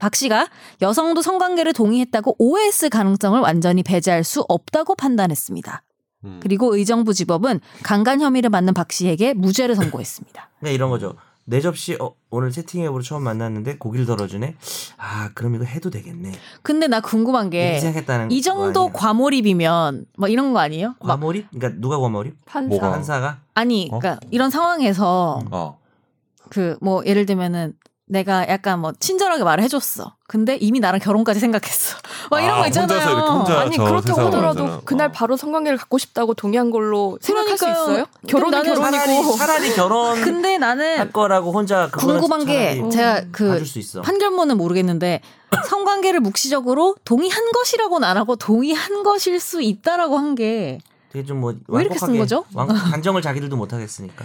박 씨가 여성도 성관계를 동의했다고 오해했을 가능성을 완전히 배제할 수 없다고 판단했습니다. 음. 그리고 의정부 지법은 강간 혐의를 받는 박 씨에게 무죄를 선고했습니다. 그냥 이런 거죠. 내 접시 어, 오늘 채팅 앱으로 처음 만났는데 고기를 덜어주네. 아 그럼 이거 해도 되겠네. 근데 나 궁금한 예. 이렇게 게 이 생각했다는 거 정도 뭐 아니야. 과몰입이면 뭐 이런 거 아니에요? 막 과몰입? 그러니까 누가 과몰입? 판사. 뭐가? 판사가 아니 어? 그러니까 이런 상황에서 어. 그 뭐 예를 들면은 내가 약간 뭐 친절하게 말을 해줬어. 근데 이미 나랑 결혼까지 생각했어. 막 이런 아, 거 있잖아요. 혼자서 이렇게 혼자 아니 저 그렇게 세상을 오더라도 완전한- 그날 어. 바로 성관계를 갖고 싶다고 동의한 걸로 생각할 수 그러니까요. 있어요? 근데 결혼은 나는 결혼이고 차라리, 차라리 결혼 근데 할 나는 거라고 혼자 아, 그거는 궁금한 게 차라리 제가 그 봐줄 수 있어. 판결문은 모르겠는데 성관계를 묵시적으로 동의한 것이라고는 안 하고 동의한 것일 수 있다라고 한 게 되게 좀뭐 왜 이렇게 쓴 거죠? 완곡, 단정을 자기들도 못 하겠으니까.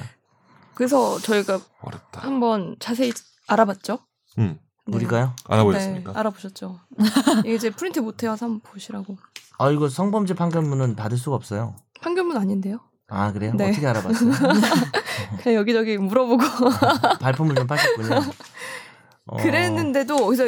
그래서 저희가 어렵다. 한번 자세히 알아봤죠. 음. 네. 우리가요? 알아보겠습니까? 네, 알아보셨죠. 이게 이제 프린트 못해서 한번 보시라고. 아 이거 성범죄 판결문은 받을 수가 없어요. 판결문 아닌데요. 아 그래요? 네. 어떻게 알아봤어요? 그냥 여기저기 물어보고 발품을 좀 파셨군요. 어, 그랬는데도 그래서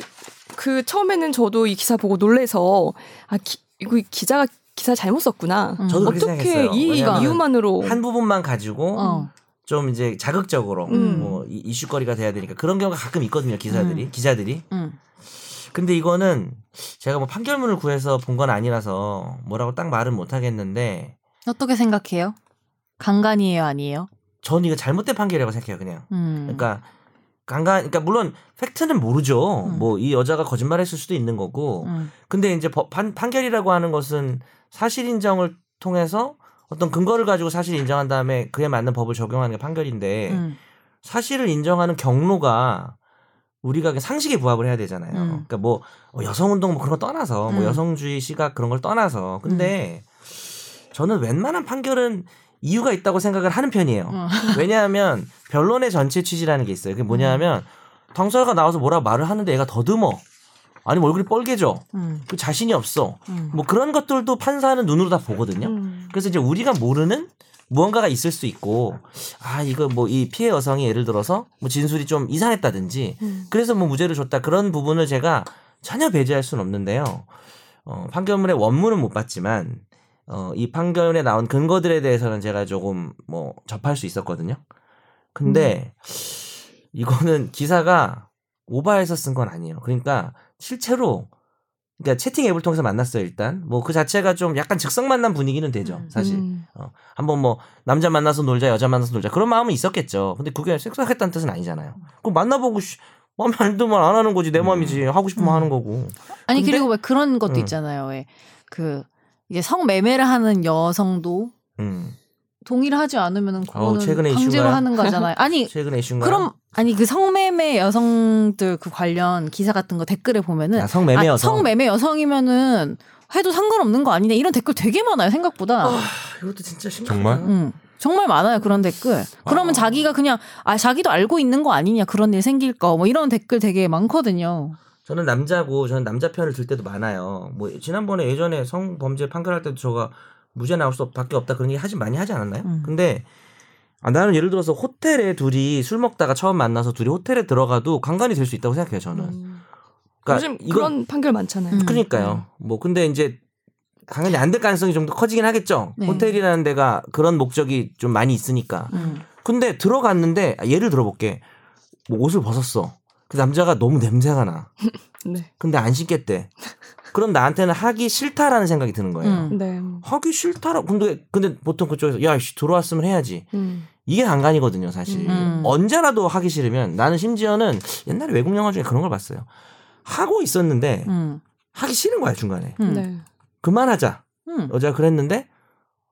그 처음에는 저도 이 기사 보고 놀래서 아 기, 이거 이 기자가 기사 잘못 썼구나. 음. 저도 그렇게 어떻게 생각했어요. 이 왜냐면은 이유만으로 한 부분만 가지고 뭐. 어. 좀 이제 자극적으로 음. 뭐 이- 이슈거리가 돼야 되니까 그런 경우가 가끔 있거든요. 기사들이 기자들이. 음. 근데 이거는 제가 뭐 판결문을 구해서 본 건 아니라서 뭐라고 딱 말은 못 하겠는데 어떻게 생각해요? 강간이에요, 아니에요? 전 이거 잘못된 판결이라고 생각해요. 그냥. 음. 그러니까 강간 그러니까 물론 팩트는 모르죠. 음. 뭐 이 여자가 거짓말했을 수도 있는 거고. 음. 근데 이제 법- 판, 판결이라고 하는 것은 사실 인정을 통해서 어떤 근거를 가지고 사실 인정한 다음에 그에 맞는 법을 적용하는 게 판결인데 음. 사실을 인정하는 경로가 우리가 그냥 상식에 부합을 해야 되잖아요. 음. 그러니까 뭐 어, 여성운동 뭐 그런 거 떠나서 뭐 음. 여성주의 시각 그런 걸 떠나서 근데 저는 웬만한 판결은 이유가 있다고 생각을 하는 편이에요. 음. 왜냐하면 변론의 전체 취지라는 게 있어요. 그게 뭐냐면 음. 당사자가 나와서 뭐라고 말을 하는데 얘가 더듬어. 아니면 얼굴이 뻘개져. 음. 그 자신이 없어. 음. 뭐 그런 것들도 판사는 눈으로 다 보거든요. 음. 그래서 이제 우리가 모르는 무언가가 있을 수 있고, 아, 이거 뭐 이 피해 여성이 예를 들어서 뭐 진술이 좀 이상했다든지, 음. 그래서 뭐 무죄를 줬다. 그런 부분을 제가 전혀 배제할 수는 없는데요. 어, 판결문의 원문은 못 봤지만, 어, 이 판결에 나온 근거들에 대해서는 제가 조금 뭐 접할 수 있었거든요. 근데 음. 이거는 기사가 오바해서 쓴 건 아니에요. 그러니까 실제로 그러니까 채팅 앱을 통해서 만났어요 일단 뭐 그 자체가 좀 약간 즉석 만난 분위기는 되죠 음. 사실 음. 한번 뭐 남자 만나서 놀자 여자 만나서 놀자 그런 마음은 있었겠죠 근데 그게 섹스하겠다는 뜻은 아니잖아요 그럼 만나보고 씨, 마음에 안 들면 안 하는 거지 내 마음이지 하고 싶으면 음. 하는 거고 아니 근데- 그리고 왜 그런 것도 음. 있잖아요. 왜 그 이제 성매매를 하는 여성도 음 동의를 하지 않으면 그거는 어, 최근에 강제로 이슈가요? 하는 거잖아요. 아니 최근에 이슈인가 그럼 아니 그 성매매 여성들 그 관련 기사 같은 거 댓글에 보면은 아, 성매매 아, 여성 성매매 여성이면은 해도 상관없는 거 아니냐 이런 댓글 되게 많아요 생각보다. 어. 아, 이것도 진짜 심각하다 정말? 음. 정말 많아요 그런 댓글. 어. 그러면 아. 자기가 그냥 아 자기도 알고 있는 거 아니냐 그런 일 생길 거 뭐 이런 댓글 되게 많거든요. 저는 남자고 저는 남자 편을 들 때도 많아요. 뭐 지난번에 예전에 성범죄 판결할 때도 제가 무죄 나올 수밖에 없다 그런 얘기 하지 많이 하지 않았나요? 음. 근데 아, 나는 예를 들어서 호텔에 둘이 술 먹다가 처음 만나서 둘이 호텔에 들어가도 강간이 될 수 있다고 생각해요. 저는. 음. 그러니까 요즘 이건- 그런 판결 많잖아요. 음. 그러니까요. 뭐 근데 이제 당연히 안 될 가능성이 좀 더 커지긴 하겠죠. 네. 호텔이라는 데가 그런 목적이 좀 많이 있으니까. 음. 근데 들어갔는데 아, 예를 들어볼게. 뭐 옷을 벗었어. 그 남자가 너무 냄새가 나. 음. 네. 근데 안 신겠대. 그럼 나한테는 하기 싫다라는 생각이 드는 거예요. 음. 네. 하기 싫다라. 근데 근데 보통 그쪽에서 야 씨, 들어왔으면 해야지. 음. 이게 강간이거든요, 사실. 음. 언제라도 하기 싫으면 나는 심지어는 옛날에 외국 영화 중에 그런 걸 봤어요. 하고 있었는데 음. 하기 싫은 거야 중간에. 음. 네. 그만하자. 음. 여자가 그랬는데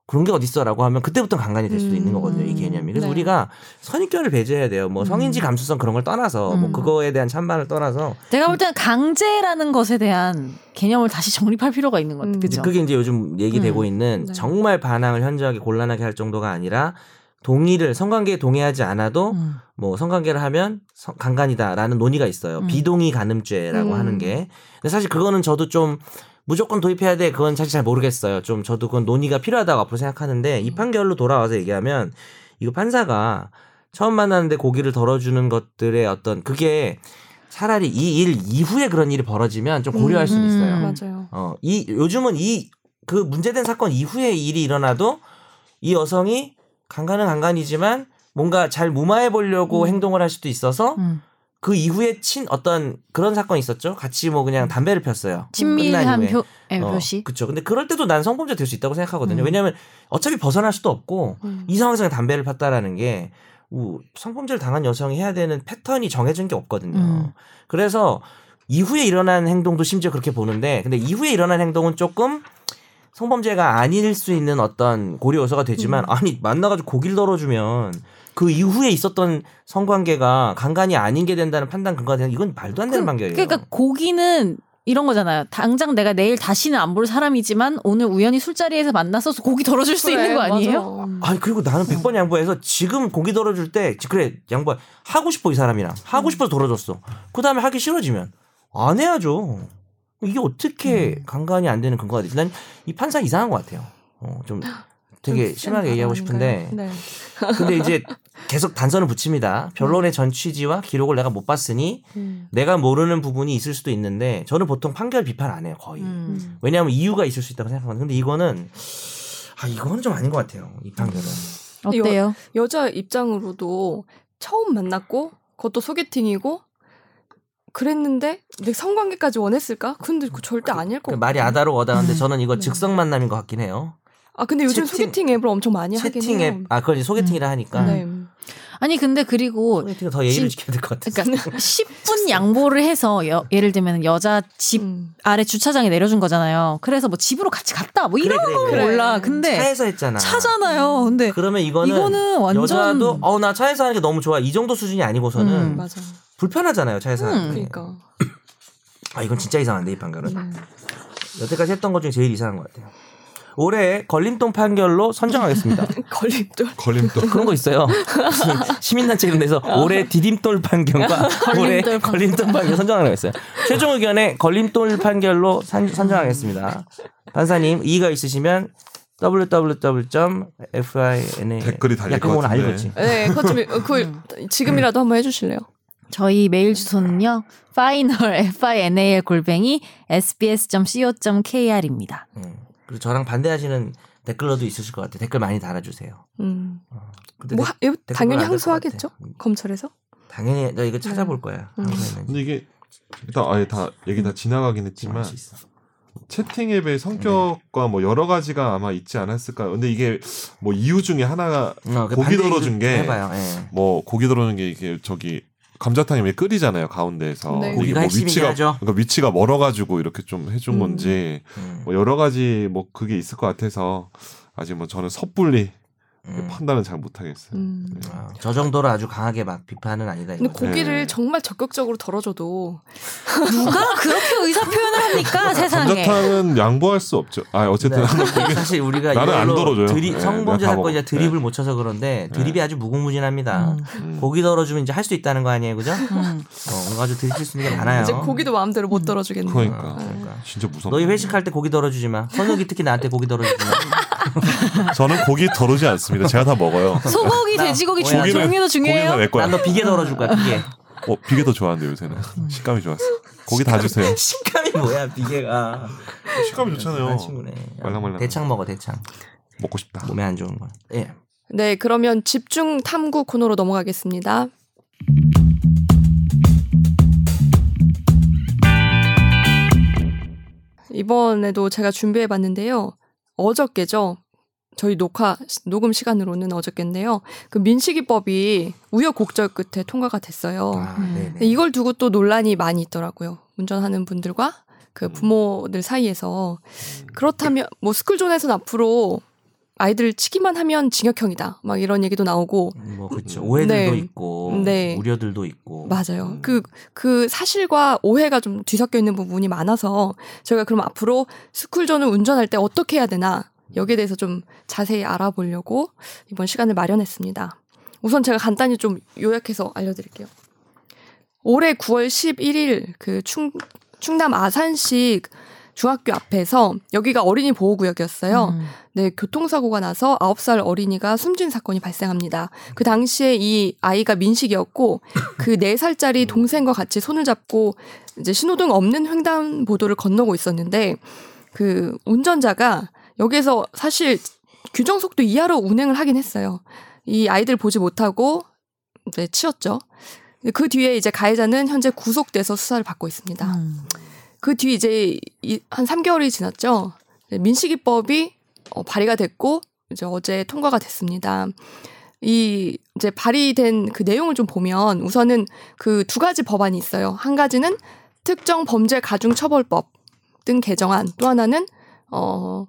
그런 게 어딨어라고 하면 그때부터 간간이 될 수도 음. 있는 거거든요 이 개념이 그래서 네. 우리가 선입견을 배제해야 돼요 뭐 성인지 감수성 그런 걸 떠나서 뭐 음. 그거에 대한 찬반을 떠나서 내가 볼 때는 강제라는 것에 대한 개념을 다시 정립할 필요가 있는 것 같아요. 음. 이제 그죠? 그게 이제 요즘 얘기되고 음. 있는 네. 정말 반항을 현저하게 곤란하게 할 정도가 아니라 동의를 성관계에 동의하지 않아도 음. 뭐 성관계를 하면 성- 강간이다라는 논의가 있어요. 음. 비동의 간음죄라고 음. 하는 게. 근데 사실 그거는 저도 좀 무조건 도입해야 돼. 그건 사실 잘 모르겠어요. 좀 저도 그건 논의가 필요하다고 앞으로 생각하는데 음. 이 판결로 돌아와서 얘기하면 이거 판사가 처음 만났는데 고기를 덜어주는 것들의 어떤 그게 차라리 이 일 이후에 그런 일이 벌어지면 좀 고려할 수는 있어요. 음. 맞아요. 어, 이 요즘은 이 그 문제된 사건 이후에 이 일이 일어나도 이 여성이 강간은 강간이지만 뭔가 잘 무마해 보려고 음. 행동을 할 수도 있어서 음. 그 이후에 친 어떤 그런 사건이 있었죠. 같이 뭐 그냥 담배를 폈어요. 끝난 친밀한 이후에. 표, 예, 어, 음. 표시. 그쵸. 근데 그럴 때도 난 성범죄 될 수 있다고 생각하거든요. 음. 왜냐하면 어차피 벗어날 수도 없고 음. 이 상황에서 그냥 담배를 폈다라는 게 우, 성범죄를 당한 여성이 해야 되는 패턴이 정해진 게 없거든요. 음. 그래서 이후에 일어난 행동도 심지어 그렇게 보는데 근데 이후에 일어난 행동은 조금 성범죄가 아닐 수 있는 어떤 고려 요소가 음. 되지만 아니 만나가지고 고기를 덜어주면 그 이후에 있었던 성관계가 간간이 아닌 게 된다는 판단 근거가 되는 이건 말도 안 되는 판결이에요. 그러니까 고기는 이런 거잖아요. 당장 내가 내일 다시는 안 볼 사람이지만 오늘 우연히 술자리에서 만나서 고기 덜어줄 수 있는 거 아니에요? 아니 그리고 나는 100번 양보해서 지금 고기 덜어줄 때 지- 그래 양보 하고 싶어 이 사람이랑 하고 싶어서 덜어줬어 그 다음에 하기 싫어지면 안 해야죠 이게 어떻게 간간이 안 되는 근거가 되지 난 이 판사 이상한 것 같아요 어, 좀 되게 좀 센 심하게 발언인가요? 얘기하고 싶은데 네. 근데 이제 계속 단서는 붙입니다 변론의 전 취지와 기록을 내가 못 봤으니 음. 내가 모르는 부분이 있을 수도 있는데 저는 보통 판결 비판 안 해요 거의 음. 왜냐하면 이유가 있을 수 있다고 생각하거든요 근데 이거는 아 이거는 좀 아닌 것 같아요 이 판결은 어때요? 여자 입장으로도 처음 만났고 그것도 소개팅이고 그랬는데 내 성관계까지 원했을까? 근데 그 절대 아닐 것 그 같아. 말이 아다로 어다는데 음. 저는 이거 네. 즉석 만남인 것 같긴 해요. 아 근데 요즘 채팅- 소개팅 앱을 엄청 많이 채팅 하긴 앱, 해요. 아 그건 이제 소개팅이라 하니까 네. 아니 근데 그리고 소개팅 더 예의를 진- 지켜야 될 것 같아요. 그러니까 10분 양보를 해서 여- 예를 들면 여자 집 음. 아래 주차장에 내려준 거잖아요. 그래서 뭐 집으로 같이 갔다 뭐 이런 그래, 건 그래. 몰라. 근데 차에서 했잖아. 차잖아요. 근데 그러면 이거는, 이거는 완전 여자도 어 나 차에서 하는 게 너무 좋아 이 정도 수준이 아니고서는 음. 맞아. 불편하잖아요 차에서 하는 게. 음. 그러니까. 아 이건 진짜 이상한데 이 판결은 음. 여태까지 했던 것 중에 제일 이상한 것 같아요. 올해 걸림돈 판결로 선정하겠습니다. 걸림돌. 걸림돌. 그런 거 있어요. 무슨 시민단체 이런 데서 어. 올해 디딤돌 판결과 올해 걸림돌 판결. 걸림돌 판결 선정하는 거 있어요. 최종 의견에 걸림돌 판결로 산- 선정하겠습니다. 판사님 이의가 있으시면 www.fina 댓글이 달릴 야, 그건 것 같은데. 알고 있지. 네, 그거 좀 어, 그걸 음. 지금이라도 한번 해주실래요? 저희 메일 주소는요. final f i n a l 골뱅이 sbs.co.kr입니다. 음. 그리고 저랑 반대하시는 댓글러도 있으실 것 같아요. 댓글 많이 달아주세요. 음. 근데 뭐 데- 하- 이거 댓글 당연히 안될것 항소하겠죠? 같아. 음. 검찰에서? 당연히 나 이거 찾아볼 거야. 음. 음. 근데 이게 일단 아예 다 얘기 다 지나가긴 아, 아, 했지만 채팅 앱의 성격과 뭐 여러 가지가 아마 있지 않았을까요? 근데 이게 뭐 이유 중에 하나가 고기 덜어준 게그 해봐요. 예. 뭐 고기 들어오는 게 이게 저기 감자탕이 왜 끓이잖아요 가운데에서 네. 이게 뭐 고기가 핵심이긴 위치가 하죠. 그러니까 위치가 멀어가지고 이렇게 좀 해준 음. 건지 음. 뭐 여러 가지 뭐 그게 있을 것 같아서 아직 뭐 저는 섣불리 음. 판단은 잘 못하겠어요. 음. 네. 아, 저 정도로 아주 강하게 막 비판은 아니다. 근데 이거죠. 고기를 네. 정말 적극적으로 덜어줘도 누가 그렇게 의사 표현을 합니까? 세상에. 감자탕은 양보할 수 없죠. 아 어쨌든 네. 사실 우리가 나는 안 이걸로 덜어줘요. 드립, 네, 성범죄 내가 다 사건이라 먹어. 네. 드립을 못 쳐서 그런데 드립이 아주 무궁무진합니다. 음. 고기 덜어주면 이제 할 수 있다는 거 아니에요, 그죠? 음. 어, 뭔가 아주 드립칠 수 있는 음. 게 많아요. 이제 고기도 마음대로 못 덜어주겠네. 요 어. 그러니까. 어, 그러니까. 진짜 무섭다. 너희 회식할 때 고기 덜어주지 마. 선욱이 특히 나한테 고기 덜어주지 마. 저는 고기 덜어지 않습니다. 제가 다 먹어요. 소고기, 나- 돼지고기 중- 고기는- 종류도 고기는 중요해요. 내 거야. 난 너 비계 덜어줄 거야, 비계. 어, 비계 더 좋아하는데 요새는 음. 식감이 좋았어. 고기 다 주세요. 식감이 뭐야, 비계가. 음, 식감이 음, 아, 친구네. 말랑말랑. 대창 먹어, 대창. 먹고 싶다. 몸에 안 좋은 건. 예. 네, 그러면 집중 탐구 코너로 넘어가겠습니다. 이번에도 제가 준비해 봤는데요. 어저께죠. 저희 녹화 녹음 시간으로는 어저께인데요. 그 민식이법이 우여곡절 끝에 통과가 됐어요. 아, 음. 네네. 근데 이걸 두고 또 논란이 많이 있더라고요. 운전하는 분들과 그 음. 부모들 사이에서 그렇다면 뭐 스쿨존에서는 앞으로 아이들 치기만 하면 징역형이다. 막 이런 얘기도 나오고 뭐 그렇죠. 음. 오해들도 네. 있고 네. 우려들도 있고 맞아요. 음. 그, 그 사실과 오해가 좀 뒤섞여 있는 부분이 많아서 저희가 그럼 앞으로 스쿨존을 운전할 때 어떻게 해야 되나 여기에 대해서 좀 자세히 알아보려고 이번 시간을 마련했습니다. 우선 제가 간단히 좀 요약해서 알려드릴게요. 올해 9월 11일 그 충, 충남 아산시 중학교 앞에서 여기가 어린이 보호구역이었어요. 음. 네, 교통사고가 나서 9살 어린이가 숨진 사건이 발생합니다. 그 당시에 이 아이가 민식이었고 그 4살짜리 동생과 같이 손을 잡고 이제 신호등 없는 횡단보도를 건너고 있었는데 그 운전자가 여기에서 사실 규정 속도 이하로 운행을 하긴 했어요. 이 아이들 보지 못하고 이제 치였죠. 근데 그 뒤에 이제 가해자는 현재 구속돼서 수사를 받고 있습니다. 음. 그 뒤 이제 이- 한 3개월이 지났죠. 네, 민식이법이 어, 발의가 됐고 이제 어제 통과가 됐습니다. 이 이제 발의된 그 내용을 좀 보면 우선은 그 두 가지 법안이 있어요. 한 가지는 특정 범죄 가중 처벌법 등 개정안, 또 하나는 어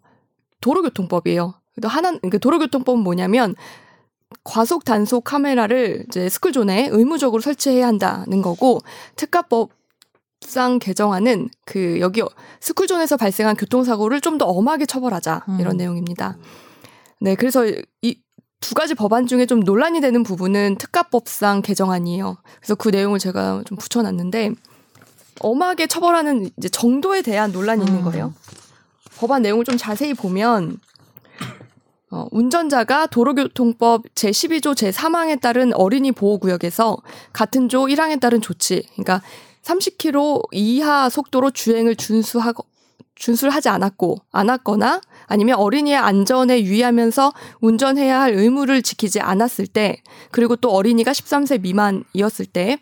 도로교통법이에요. 또 하나 그 도로교통법은 뭐냐면 과속 단속 카메라를 이제 스쿨존에 의무적으로 설치해야 한다는 거고 특가법 상 개정안은 그 여기 어- 스쿨존에서 발생한 교통사고를 좀 더 엄하게 처벌하자 음. 이런 내용입니다. 네, 그래서 이 두 가지 법안 중에 좀 논란이 되는 부분은 특가법상 개정안이에요. 그래서 그 내용을 제가 좀 붙여놨는데 엄하게 처벌하는 이제 정도에 대한 논란이 있는 음. 거예요. 법안 내용을 좀 자세히 보면 어, 운전자가 도로교통법 제12조 제3항에 따른 어린이 보호구역에서 같은 조 1항에 따른 조치, 그러니까 30km 이하 속도로 주행을 준수하고 준수하지 를 않았고 않았거나 아니면 어린이의 안전에 유의하면서 운전해야 할 의무를 지키지 않았을 때 그리고 또 어린이가 13세 미만이었을 때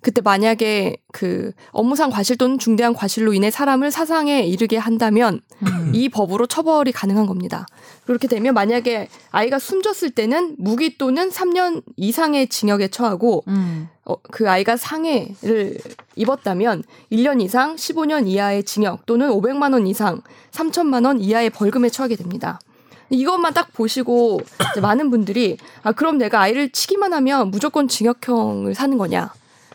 그때 만약에 그 업무상 과실 또는 중대한 과실로 인해 사람을 사상에 이르게 한다면 음. 이 법으로 처벌이 가능한 겁니다. 그렇게 되면 만약에 아이가 숨졌을 때는 무기 또는 3년 이상의 징역에 처하고 음. 어, 그 아이가 상해를 입었다면 1년 이상 15년 이하의 징역 또는 500만 원 이상 3천만 원 이하의 벌금에 처하게 됩니다. 이것만 딱 보시고 이제 많은 분들이 아 그럼 내가 아이를 치기만 하면 무조건 징역형을 사는 거냐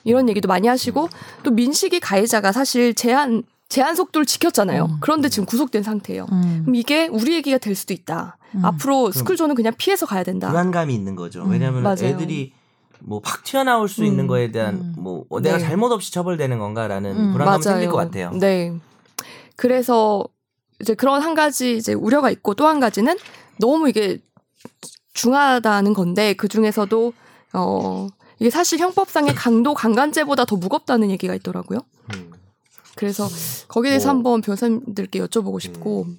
이런 얘기도 많이 하시고 또 민식이 가해자가 사실 제한 제한 속도를 지켰잖아요. 음. 그런데 지금 구속된 상태예요. 음. 그럼 이게 우리 얘기가 될 수도 있다. 음. 앞으로 스쿨존은 그냥 피해서 가야 된다. 불안감이 있는 거죠. 음, 왜냐하면 맞아요. 애들이 뭐 팍 튀어나올 수 음, 있는 거에 대한 음. 뭐 어, 내가 네. 잘못 없이 처벌되는 건가라는 음, 불안감 이 생길 것 같아요. 네. 그래서 이제 그런 한 가지 이제 우려가 있고 또 한 가지는 너무 이게 중하다는 건데 그 중에서도 어 이게 사실 형법상의 강도 강간죄보다 더 무겁다는 얘기가 있더라고요. 음. 그래서 거기에 대해서 오. 한번 변호사님들께 여쭤보고 싶고 어. 음.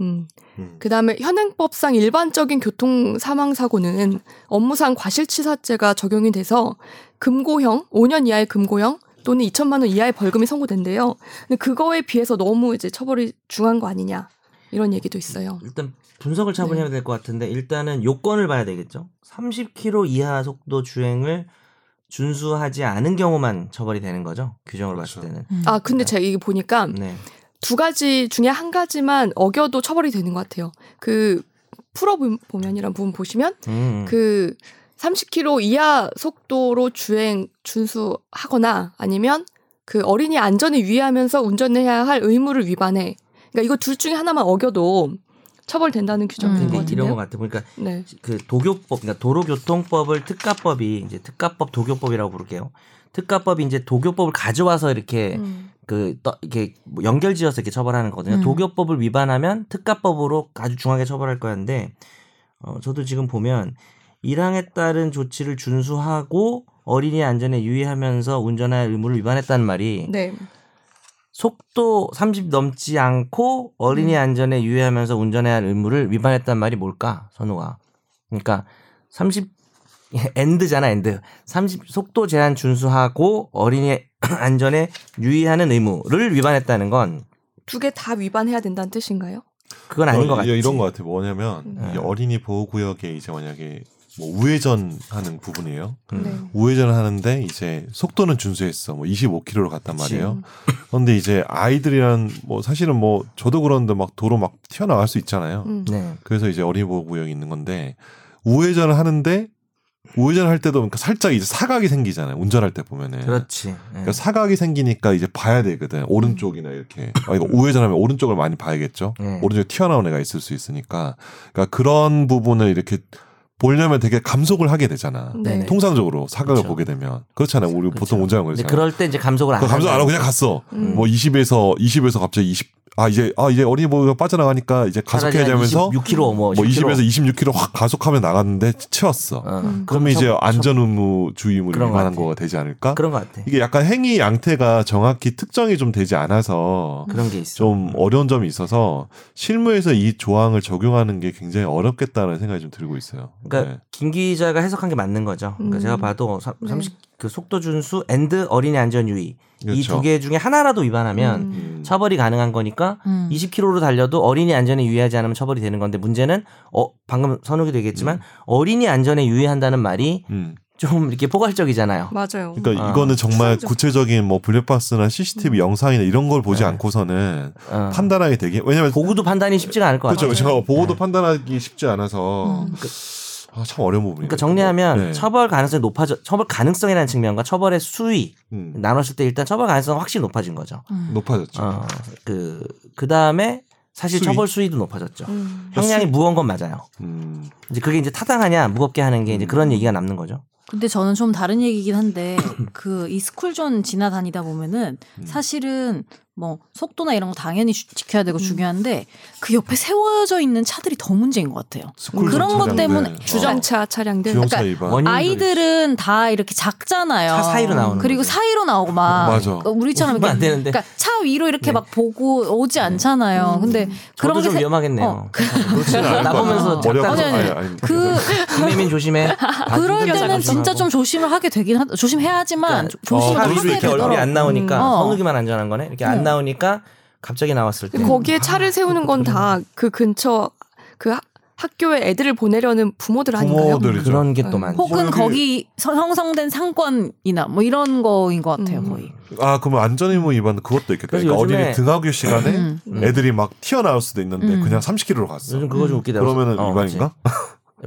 음. 음. 그다음에 현행법상 일반적인 교통 사망 사고는 업무상 과실치사죄가 적용이 돼서 금고형 5년 이하의 금고형 또는 2천만 원 이하의 벌금이 선고된대요. 근데 그거에 비해서 너무 이제 처벌이 중한 거 아니냐 이런 얘기도 있어요. 일단 분석을 차분히 네. 해야 될 것 같은데 일단은 요건을 봐야 되겠죠. 30km 이하 속도 주행을 준수하지 않은 경우만 처벌이 되는 거죠. 규정으로 봤을 그렇죠. 때는. 음. 아 근데 제가 이게 보니까 네. 두 가지 중에 한 가지만 어겨도 처벌이 되는 것 같아요. 그 풀어보면이란 부분 보시면 음. 그 30km 이하 속도로 주행 준수하거나 아니면 그 어린이 안전에 유의하면서 운전해야 할 의무를 위반해. 그러니까 이거 둘 중에 하나만 어겨도 처벌된다는 규정인 음. 것 근데 이런 것 같은데요. 같아. 그러니까 네. 그 도교법, 그러니까 도로교통법을 특가법이 이제 특가법 도교법이라고 부를게요. 특가법이 이제 도교법을 가져와서 이렇게 음. 그 떠, 이렇게 뭐 연결지어서 이렇게 처벌하는 거거든요. 음. 도교법을 위반하면 특가법으로 아주 중하게 처벌할 거였는데 어, 저도 지금 보면 1항에 따른 조치를 준수하고 어린이 안전에 유의하면서 운전할 의무를 위반했다는 말이 네. 속도 30 넘지 않고 어린이 음. 안전에 유의하면서 운전해야 할 의무를 위반했단 말이 뭘까? 선우가. 그러니까 30 엔드잖아, 엔드. 30 속도 제한 준수하고 어린이 안전에 유의하는 의무를 위반했다는 건 두 개 다 위반해야 된다는 뜻인가요? 그건 아닌 어, 것 같아. 이- 이런 것 같아요. 뭐냐면 음. 이 어린이 보호구역에 이제 만약에 뭐 우회전하는 부분이에요. 네. 우회전을 하는데 이제 속도는 준수했어. 뭐 25km로 갔단 말이에요. 그런데 이제 아이들이란 뭐 사실은 뭐 저도 그런데 막 도로 막 튀어나갈 수 있잖아요. 음. 네. 그래서 이제 어린이 보호 구역이 있는 건데 우회전을 하는데 우회전할 때도 그러니까 살짝 이제 사각이 생기잖아요. 운전할 때 보면은. 그렇지. 네. 그러니까 사각이 생기니까 이제 봐야 되거든. 음. 오른쪽이나 이렇게. 아, 이거 우회전하면 오른쪽을 많이 봐야겠죠. 네. 오른쪽에 튀어나온 애가 있을 수 있으니까. 그러니까 그런 부분을 이렇게 보려면 되게 감속을 하게 되잖아. 네. 통상적으로 음. 사각을 그렇죠. 보게 보게 되면 그렇잖아요. 우리 보통 운전하는 그렇죠. 근데 거잖아요. 그럴 때 이제 감속을 안. 감속 안 하고 한다는 그냥 갔어. 음. 뭐 20에서 20에서 갑자기 20. 아 이제 아 이제 어린이 보호가 빠져나가니까 이제 차라리 가속해야 한 되면서 26km 뭐, 뭐 10km. 20에서 26km 확 가속하면 나갔는데 채웠어. 어. 음. 그럼 그러면 이제 저- 안전 의무 주의무를 그런 것 위반한 같아. 거가 되지 않을까? 그런 것 같아. 이게 약간 행위 양태가 정확히 특정이 좀 되지 않아서 그런 게 있어. 좀 어려운 점이 있어서 실무에서 이 조항을 적용하는 게 굉장히 어렵겠다는 생각이 좀 들고 있어요. 네. 그러니까 김 기자가 해석한 게 맞는 거죠. 그러니까 음. 제가 봐도 삼 네. 30, 그 속도 준수 앤드 어린이 안전 유의 이 그렇죠. 두 개 중에 하나라도 위반하면 음. 음. 처벌이 가능한 거니까 음. 20km로 달려도 어린이 안전에 유의하지 않으면 처벌이 되는 건데 문제는 어 방금 선욱이도 얘기했지만 어린이 안전에 유의한다는 말이 음. 좀 이렇게 포괄적이잖아요. 맞아요. 그러니까 아. 음. 이거는 정말 추상적. 구체적인 뭐 블랙박스나 CCTV 영상이나 이런 걸 보지 네. 않고서는 어. 판단하기 되게 왜냐면 보고도 판단이 쉽지가 않을 것 같아요. 네. 그렇죠. 맞아요. 제가 보고도 판단하기 쉽지 않아서 음. 아, 참 어려운 부분이에요. 그러니까 정리하면 네. 처벌 가능성이 높아져 처벌 가능성이라는 측면과 처벌의 수위 음, 나눴을 때 일단 처벌 가능성 은 확실히 높아진 거죠. 음. 높아졌죠. 어그 그다음에 사실 수위. 처벌 수위도 높아졌죠. 어. 음. 형량이 무거운 건 맞아요. 음. 이제 그게 이제 타당하냐 무겁게 하는 게 이제 그런 얘기가 남는 거죠. 근데 저는 좀 다른 얘기긴 한데 그 이 스쿨존 지나다니다 보면은 사실은 뭐 속도나 이런 거 당연히 주- 지켜야 되고 중요한데 그 옆에 세워져 있는 차들이 더 문제인 것 같아요. 스쿨존 그런 것 차량들. 때문에 주정 주정차 차량들 어. 주정차 그러니까 위반. 원인도 아이들은 다 이렇게 작잖아요. 차 사이로 나오는 그리고 거죠. 사이로 나오고 막 맞아. 어, 우리처럼 오시면 이렇게 안 되는데. 네. 그러니까 차 위로 이렇게 막 보고 오지 않잖아요. 음. 근데 저도 그런 게 좀 세- 위험하겠네요. 어, 그렇지는 않을 나 것 같아요. 보면서 머리 아파서- 잠깐 아니, 아니, 아니, 아니, 그 김혜민 조심해. 다 그럴 힘들다, 때는 진짜 조심하고. 좀 조심을 하게 되긴 하, 조심해야지만 그러니까 조심을 차 어, 하게 위로 이렇게 되더라고. 얼굴이 안 나오니까 음. 어. 음. 선우기만 안전한 거네. 이렇게 안 나오니까 갑자기 나왔을 때 그러니까 그 거기에 차를 세우는 건 음. 다 그 근처 그 하- 학교에 애들을 보내려는 부모들 아닌가요? 부모들이죠. 그런 게 또 많죠. 음. 혹은 뭐그 거기 서- 형성된 상권이나 뭐 이런 거인 것 같아요 음. 거의. 아 그러면 안전의무 위반 그것도 있겠다. 그래서 그러니까 요즘에- 어린이 등하교 네? 시간에 음. 애들이 막 튀어나올 수도 있는데 음. 그냥 30km로 갔어. 요즘 그거 좀 웃기다. 그러면은 어, 네. 위반인가? 그치.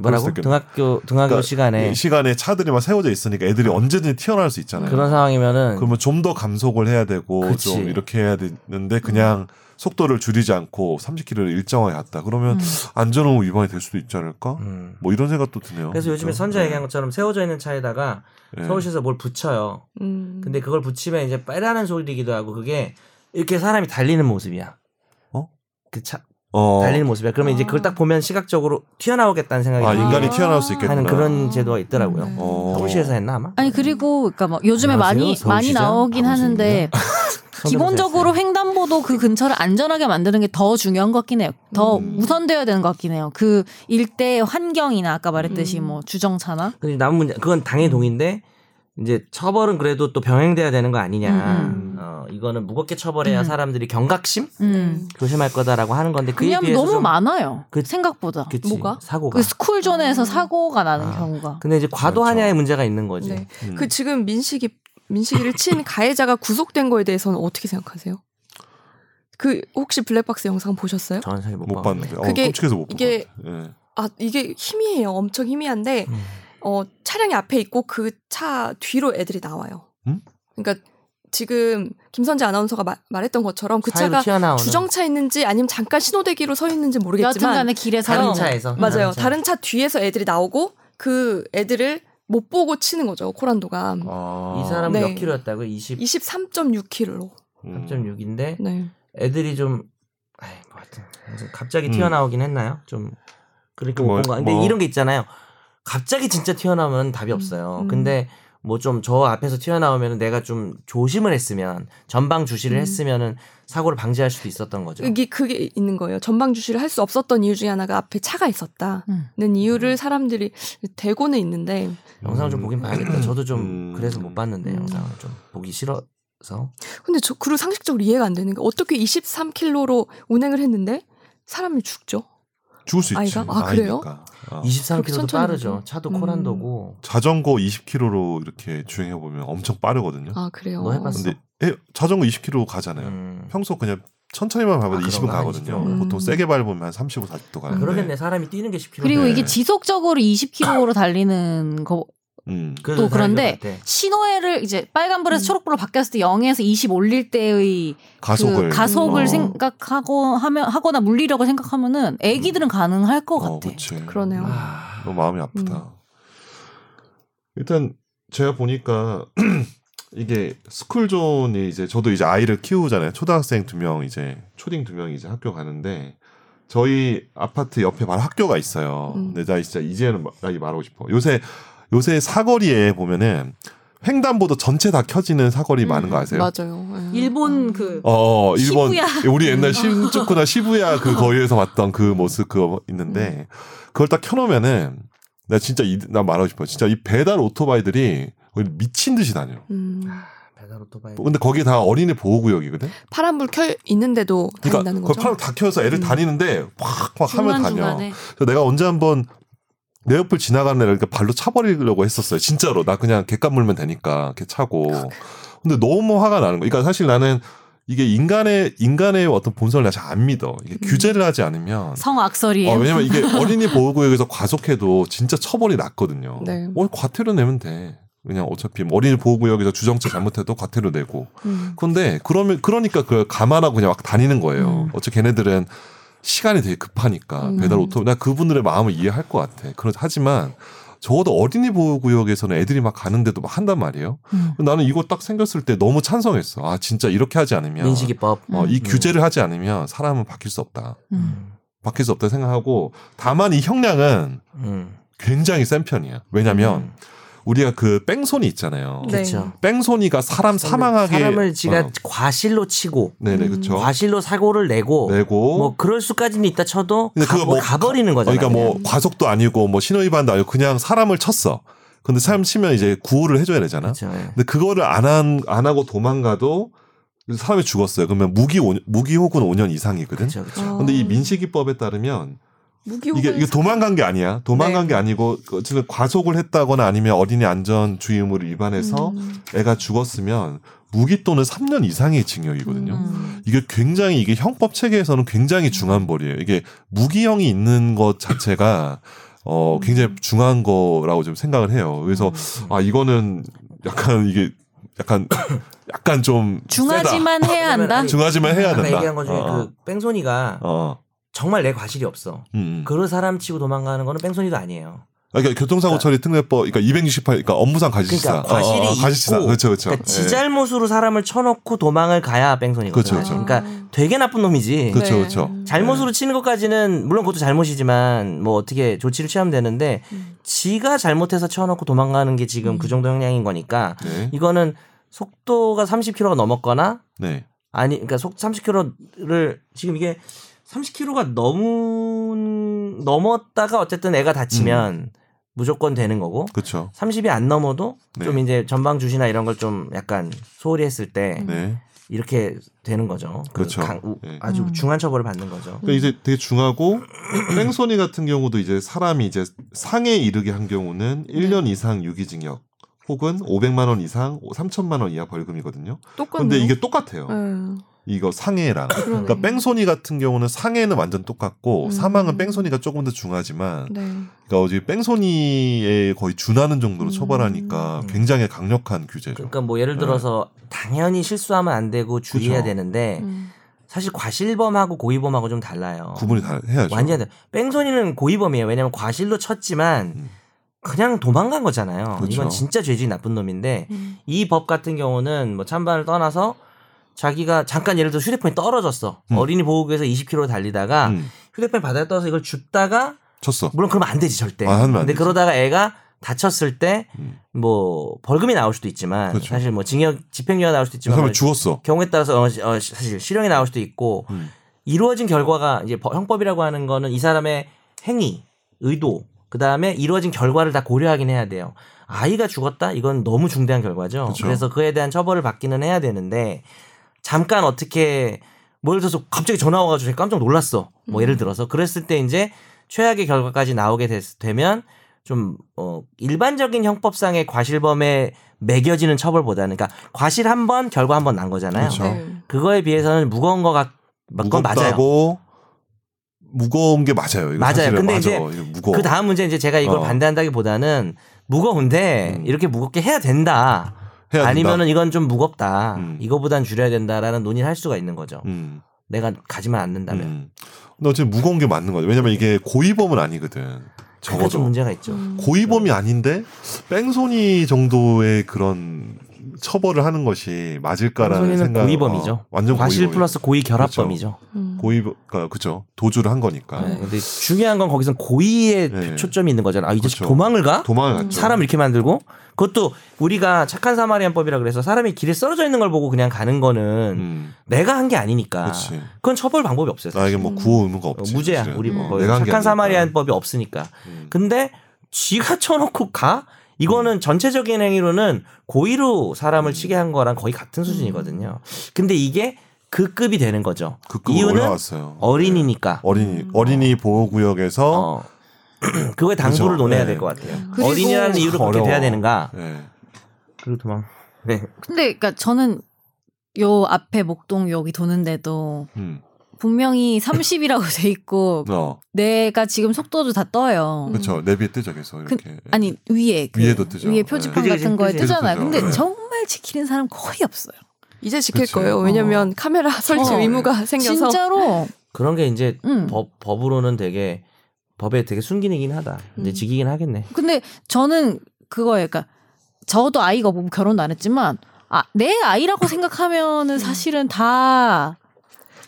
뭐라고? 그럴 수도 등학교 등학교 그러니까 시간에 이 시간에 차들이 막 세워져 있으니까 애들이 언제든지 튀어나올 수 있잖아요. 음. 그런 상황이면은 그러면 좀 더 감속을 해야 되고 그치. 좀 이렇게 해야 되는데 그냥 속도를 줄이지 않고 30km를 일정하게 갔다. 음. 그러면 안전의무 위반이 될 수도 있지 않을까? 음. 뭐 이런 생각도 드네요. 그래서 요즘에 그렇죠? 선재 네. 얘기한 것처럼 세워져 있는 차에다가 네. 서울시에서 뭘 붙여요. 음. 근데 그걸 붙이면 이제 빨라는 소리기도 하고 그게 이렇게 사람이 달리는 모습이야. 어? 그 차 어. 달리는 모습이야. 그러면 이제 그걸 딱 보면 시각적으로 튀어나오겠다는 생각이 아 들게 인간이 아. 튀어나올 수 있겠구나. 하는 그런 제도가 있더라고요. 음. 어. 서울시에서 했나 아마? 아니 그리고 그러니까 막 요즘에 안녕하세요, 많이 서울시장 많이 나오긴 하는데 선배도 기본적으로 그랬어요. 횡단보도 그 근처를 안전하게 만드는 게 더 중요한 것 같긴 해요. 더 음. 우선되어야 되는 것 같긴 해요. 그 일대의 환경이나 아까 말했듯이 음. 뭐 주정차나 근데 남은 문제 그건 음. 당연히 동의인데 이제 처벌은 그래도 또 병행돼야 되는 거 아니냐. 음. 어, 이거는 무겁게 처벌해야 음. 사람들이 경각심 네. 음. 조심할 거다라고 하는 건데 그에 왜냐면 비해서 너무 좀- 많아요. 그- 생각보다 그치, 뭐가? 사고가. 그 스쿨존에서 음. 사고가 나는 아. 경우가 근데 이제 과도하냐의 그렇죠. 문제가 있는 거지. 네. 음. 그 지금 민식이 민식이를 친 가해자가 구속된 거에 대해서는 어떻게 생각하세요? 그 혹시 블랙박스 영상 보셨어요? 저는 사실 못, 못 봤는데. 어, 그게- 끔찍해서 못 예. 이게- 봤는데. 아 이게 희미해요. 엄청 희미한데 음. 어, 차량이 앞에 있고 그 차 뒤로 애들이 나와요. 음? 그러니까 지금 김선재 아나운서가 마- 말했던 것처럼 그 사이로 차가 튀어나오는 주정차 있는지 아니면 잠깐 신호대기로 서 있는지 모르겠지만 여튼간에 길에서 다른 어, 차에서 맞아요. 차. 다른 차 뒤에서 애들이 나오고 그 애들을 못 보고 치는 거죠. 코란도가 어. 예. 아. 이 사람은 네. 몇 킬로였다고요? 20 23.6km로. 음. 3.6인데 네. 애들이 좀 아이 뭐 하여튼 그래서 갑자기 음. 튀어나오긴 했나요? 좀 그렇게 뭐, 못본 거. 근데 뭐. 이런 게 있잖아요. 갑자기 진짜 튀어나오면 답이 없어요. 음. 근데 뭐 좀 저 앞에서 튀어나오면 내가 좀 조심을 했으면 전방 주시를 음. 했으면은 사고를 방지할 수도 있었던 거죠. 이게 그게 있는 거예요. 전방 주시를 할 수 없었던 이유 중에 하나가 앞에 차가 있었다는 음. 이유를 사람들이 대고는 있는데 영상 을좀 보긴 봐야겠다. 저도 좀 음. 그래서 못 봤는데 음. 영상을 좀 보기 싫어서 근데 저 그리고 상식적으로 이해가 안 되는 게 어떻게 23km로 운행을 했는데 사람이 죽죠? 죽을 수 있지. 아이가? 아, 그래요? 나이니까. 어. 23km도 천천히 빠르죠. 가죠? 차도 음. 코란도고. 자전거 20km로 이렇게 주행해 보면 엄청 빠르거든요. 아 그래요. 뭐 해봤어? 근데 예, 자전거 20km 가잖아요. 음. 평소 그냥 천천히만 밟아도 아, 20은 그런가? 가거든요. 20. 보통 음. 세게 밟으면 한 35, 40도 아, 가는데. 그러겠네. 사람이 뛰는 게 10km. 그리고 네. 이게 지속적으로 20km로 달리는 거 음. 또 그런데 신호회를 이제 빨간불에서 음. 초록불로 바뀌었을 때 0에서 20 올릴 때의 가속을 그 가속을 어. 생각하고 하면 하거나 물리력을 생각하면은 애기들은 가능할 것 어, 같아. 그치. 음. 그러네요. 아. 너무 마음이 아프다. 일단 제가 보니까 이게 스쿨존이 이제 저도 이제 아이를 키우잖아요. 초등학생 두 명 이제 초딩 두 명이 이제 학교 가는데 저희 아파트 옆에 바로 학교가 있어요. 음. 근데 나 진짜 이제는 나 이 말하고 싶어. 요새 요새 사거리에 보면은 횡단보도 전체 다 켜지는 사거리 음, 많은 거 아세요? 맞아요. 예. 일본 음. 그 어, 일본 시부야. 어. 우리 옛날 신주쿠나 시부야 그 거리에서 봤던 그 모습 그거 있는데 음. 그걸 딱 켜놓으면은 나 진짜 이, 나 말하고 싶어. 진짜 이 배달 오토바이들이 거의 미친 듯이 다녀. 음. 배달 오토바이. 근데 거기 다 어린이 보호구역이거든. 파란불 켜 있는데도 그러니까 다닌다는 거기 거죠. 파랑 다 켜서 애들 음. 다니는데 팍팍 하면 다녀. 중간중간에 그래서 내가 언제 한번 내 옆을 지나가는 애를 이렇게 발로 차버리려고 했었어요. 진짜로. 나 그냥 객감 물면 되니까. 이렇게 차고. 근데 너무 화가 나는 거야. 그러니까 사실 나는 이게 인간의, 인간의 어떤 본성을 나 잘 안 믿어. 이게 규제를 하지 않으면. 성악설이에요. 어, 왜냐면 이게 어린이 보호구역에서 과속해도 진짜 처벌이 났거든요. 네. 어, 과태료 내면 돼. 그냥 어차피 뭐 어린이 보호구역에서 주정차 잘못해도 과태료 내고. 음. 근데 그러면 그러니까 그 감안하고 그냥 막 다니는 거예요. 음. 어차 걔네들은 시간이 되게 급하니까 음. 배달 오토 나 그분들의 마음을 이해할 것 같아. 그렇 하지만 적어도 어린이 보호구역에서는 애들이 막 가는데도 막 한단 말이에요. 음. 나는 이거 딱 생겼을 때 너무 찬성했어. 아 진짜 이렇게 하지 않으면 민식이법. 어, 이 음. 규제를 하지 않으면 사람은 바뀔 수 없다. 음. 바뀔 수 없다 생각하고 다만 이 형량은 음. 굉장히 센 편이야. 왜냐면 우리가 그 뺑소니 있잖아요. 네. 그렇죠. 뺑소니가 음. 사람 사망하게 사람을 지가 어, 과실로 치고 네네 음. 그렇죠. 과실로 사고를 내고 내고 뭐 그럴 수까지는 있다 쳐도 근데 가, 그거 뭐 버리는 어, 거잖아요. 그러니까 뭐 과속도 아니고 뭐 신호 위반도 아니고 그냥 사람을 쳤어. 근데 사람 치면 이제 구호를 해줘야 되잖아. 그렇죠. 예. 근데 그거를 안 안 하고 도망가도 사람이 죽었어요. 그러면 무기 오- 무기 혹은 5년 이상이거든. 그렇죠. 그렇죠. 어. 근데 이 민식이법에 따르면 무기 이게 혹은 이게 도망간 게 아니야. 도망간 네. 게 아니고 그 어쨌든 과속을 했다거나 아니면 어린이 안전 주의 의무를 위반해서 음. 애가 죽었으면 무기 또는 3년 이상의 징역이거든요. 음. 이게 굉장히 이게 형법 체계에서는 굉장히 중한 벌이에요. 이게 무기형이 있는 것 자체가 음. 어 굉장히 중한 거라고 좀 생각을 해요. 그래서 아 이거는 약간 이게 약간 약간 좀 중하지만 해야 한다. 그러면 세다. 중하지만 해야 아까 된다. 얘기한 것 중에 어, 그 뺑소니가 어. 정말 내 과실이 없어. 음, 음. 그런 사람 치고 도망가는 거는 뺑소니도 아니에요. 그러니까 교통사고 처리 특례법, 그러니까 268, 그러니까 업무상 가실치사, 그러니까 과실이 가실치사, 있고, 그렇죠, 그렇죠. 그러니까 지잘못으로 사람을 쳐놓고 도망을 가야 뺑소니거든요. 그렇죠, 러니까 음. 되게 나쁜 놈이지. 그렇죠, 네. 그렇죠. 잘못으로 치는 것까지는 물론 그것도 잘못이지만 뭐 어떻게 조치를 취하면 되는데 음. 지가 잘못해서 쳐놓고 도망가는 게 지금 음. 그 정도 형량인 거니까 네, 이거는 속도가 30km가 넘었거나 네, 아니 그러니까 속 30km를 지금 이게 30km가 넘은 넘었다가 어쨌든 애가 다치면 음. 무조건 되는 거고 그렇죠. 30이 안 넘어도 네. 좀 이제 전방 주시나 이런 걸 좀 약간 소홀히 했을 때 네. 이렇게 되는 거죠. 그 그렇죠. 강- 우- 네. 아주 음. 중한 처벌을 받는 거죠. 그러니까 이제 되게 중하고 뺑소니 같은 경우도 이제 사람이 이제 상해 이르게 한 네. 경우는 1년 이상 유기징역 혹은 500만 원 이상 3천만 원 이하 벌금이거든요. 똑같네요. 근데 이게 똑같아요. 음. 이거 상해랑. 그러네. 그러니까 뺑소니 같은 경우는 상해는 완전 똑같고 음. 사망은 뺑소니가 조금 더 중하지만 네. 그러니까 어제 뺑소니에 거의 준하는 정도로 음. 처벌하니까 음. 굉장히 강력한 규제죠. 그러니까 뭐 예를 네. 들어서 당연히 실수하면 안 되고 주의해야 그렇죠. 되는데 음. 사실 과실범하고 고의범하고 좀 달라요. 구분이 다 해야죠. 완전 히 뺑소니는 고의범이에요. 왜냐하면 과실로 쳤지만 음. 그냥 도망간 거잖아요. 그렇죠. 이건 진짜 죄질이 나쁜 놈인데 음. 이 법 같은 경우는 뭐 찬반을 떠나서 자기가 잠깐 예를 들어 서 휴대폰이 떨어졌어. 음. 어린이 보호구에서 20km 달리다가 음, 휴대폰 바다에 떠서 이걸 줍다가 쳤어. 물론 그러면 안 되지 절대. 아, 하면 안 근데 되지. 그러다가 애가 다쳤을 음. 때 뭐 벌금이 나올 수도 있지만 그렇죠. 뭐 사실 뭐 징역 집행유예 나올 수도 있지만 그러면 죽었어. 경우에 따라서 어, 어, 사실 실형이 나올 수도 있고 음. 이루어진 결과가 이제 법- 형법이라고 하는 거는 이 사람의 행위, 의도, 그 다음에 이루어진 결과를 다 고려하긴 해야 돼요. 아이가 죽었다? 이건 너무 중대한 결과죠. 그쵸. 그래서 그에 대한 처벌을 받기는 해야 되는데 잠깐 음. 어떻게 뭐 예를 들어서 갑자기 전화 와가지고 제가 깜짝 놀랐어. 뭐 예를 들어서 그랬을 때 이제 최악의 결과까지 나오게 됐- 되면 좀 어, 일반적인 형법상의 과실범에 매겨지는 처벌보다는 그러니까 과실 한 번 결과 한 번 난 거잖아요. 그렇죠. 네. 그거에 비해서는 무거운 거가 그건 맞아요. 무겁다고 무거운 게 맞아요. 이거 맞아요. 사실은 근데 맞아. 이제 이거 무거워. 그 다음 문제 이제 제가 이걸 어. 반대한다기보다는 무거운데 음. 이렇게 무겁게 해야 된다. 해야 된다. 아니면은 이건 좀 무겁다. 음. 이거보단 줄여야 된다라는 논의를 할 수가 있는 거죠. 음, 내가 가지만 않는다면. 음. 근데 어쨌든 무거운 게 맞는 거죠. 왜냐면 이게 고의범은 아니거든. 그게 그러니까 좀 적어도 문제가 있죠. 음. 고의범이 아닌데 뺑소니 정도의 그런 처벌을 하는 것이 맞을까라는 뺑소니는 생각. 고의범이죠. 어, 완전 과실 고의범이- 그렇죠. 플러스 고의 결합범이죠. 음. 고의범, 그러니까 그죠. 도주를 한 거니까 네. 근데 중요한 건 거기선 고의에 네. 초점이 있는 거잖아. 아, 이 자식 그렇죠. 도망을 가? 도망을 갔죠. 사람 이렇게 만들고 그것도 우리가 착한 사마리안법이라 그래서 사람이 길에 쓰러져 있는 걸 보고 그냥 가는 거는 음, 내가 한 게 아니니까 그렇지. 그건 처벌 방법이 없어요. 사실. 나에게 뭐 구호 의무가 어, 없지. 아, 무죄야 사실은. 우리 그 뭐 어, 거의 내가 한게 착한 아니니까. 사마리안법이 없으니까 음. 근데 쥐가 쳐놓고 가 이거는 전체적인 행위로는 고의로 사람을 음. 치게 한 거랑 거의 같은 수준이거든요 근데 이게 그 급이 되는 거죠 그 급으로 이유는 올라왔어요. 네. 어린이니까 음. 어린이 어린이 보호 구역에서 어. 그거에 당부를 그렇죠. 논해야 네. 될 것 같아요 그리고- 어린이라는 이유로 그렇게 어려워. 돼야 되는가 네. 그리고 도망 네. 근데 그러니까 저는 요 앞에 목동 여기 도는데도 음. 분명히 30이라고 돼 있고 어. 내가 지금 속도도 다 떠요. 그렇죠. 내비에 뜨죠 계속 그- 이렇게. 아니 위에 그 위에도 뜨죠. 위에 표지판 네. 같은 거에 그지, 그지. 뜨잖아요. 그지, 근데 그죠. 네. 정말 지키는 사람 거의 없어요. 이제 지킬 그쵸. 거예요. 왜냐면 카메라 설치 어. 의무가 생겨서 진짜로. 그런 게 이제 음. 법, 법으로는 되게 법에 되게 순기능이긴 하다 이제 음. 지기긴 하겠네 근데 저는 그거예요. 그러니까 저도 아이가 없고 결혼도 안 했지만 아, 내 아이라고 생각하면은 사실은 다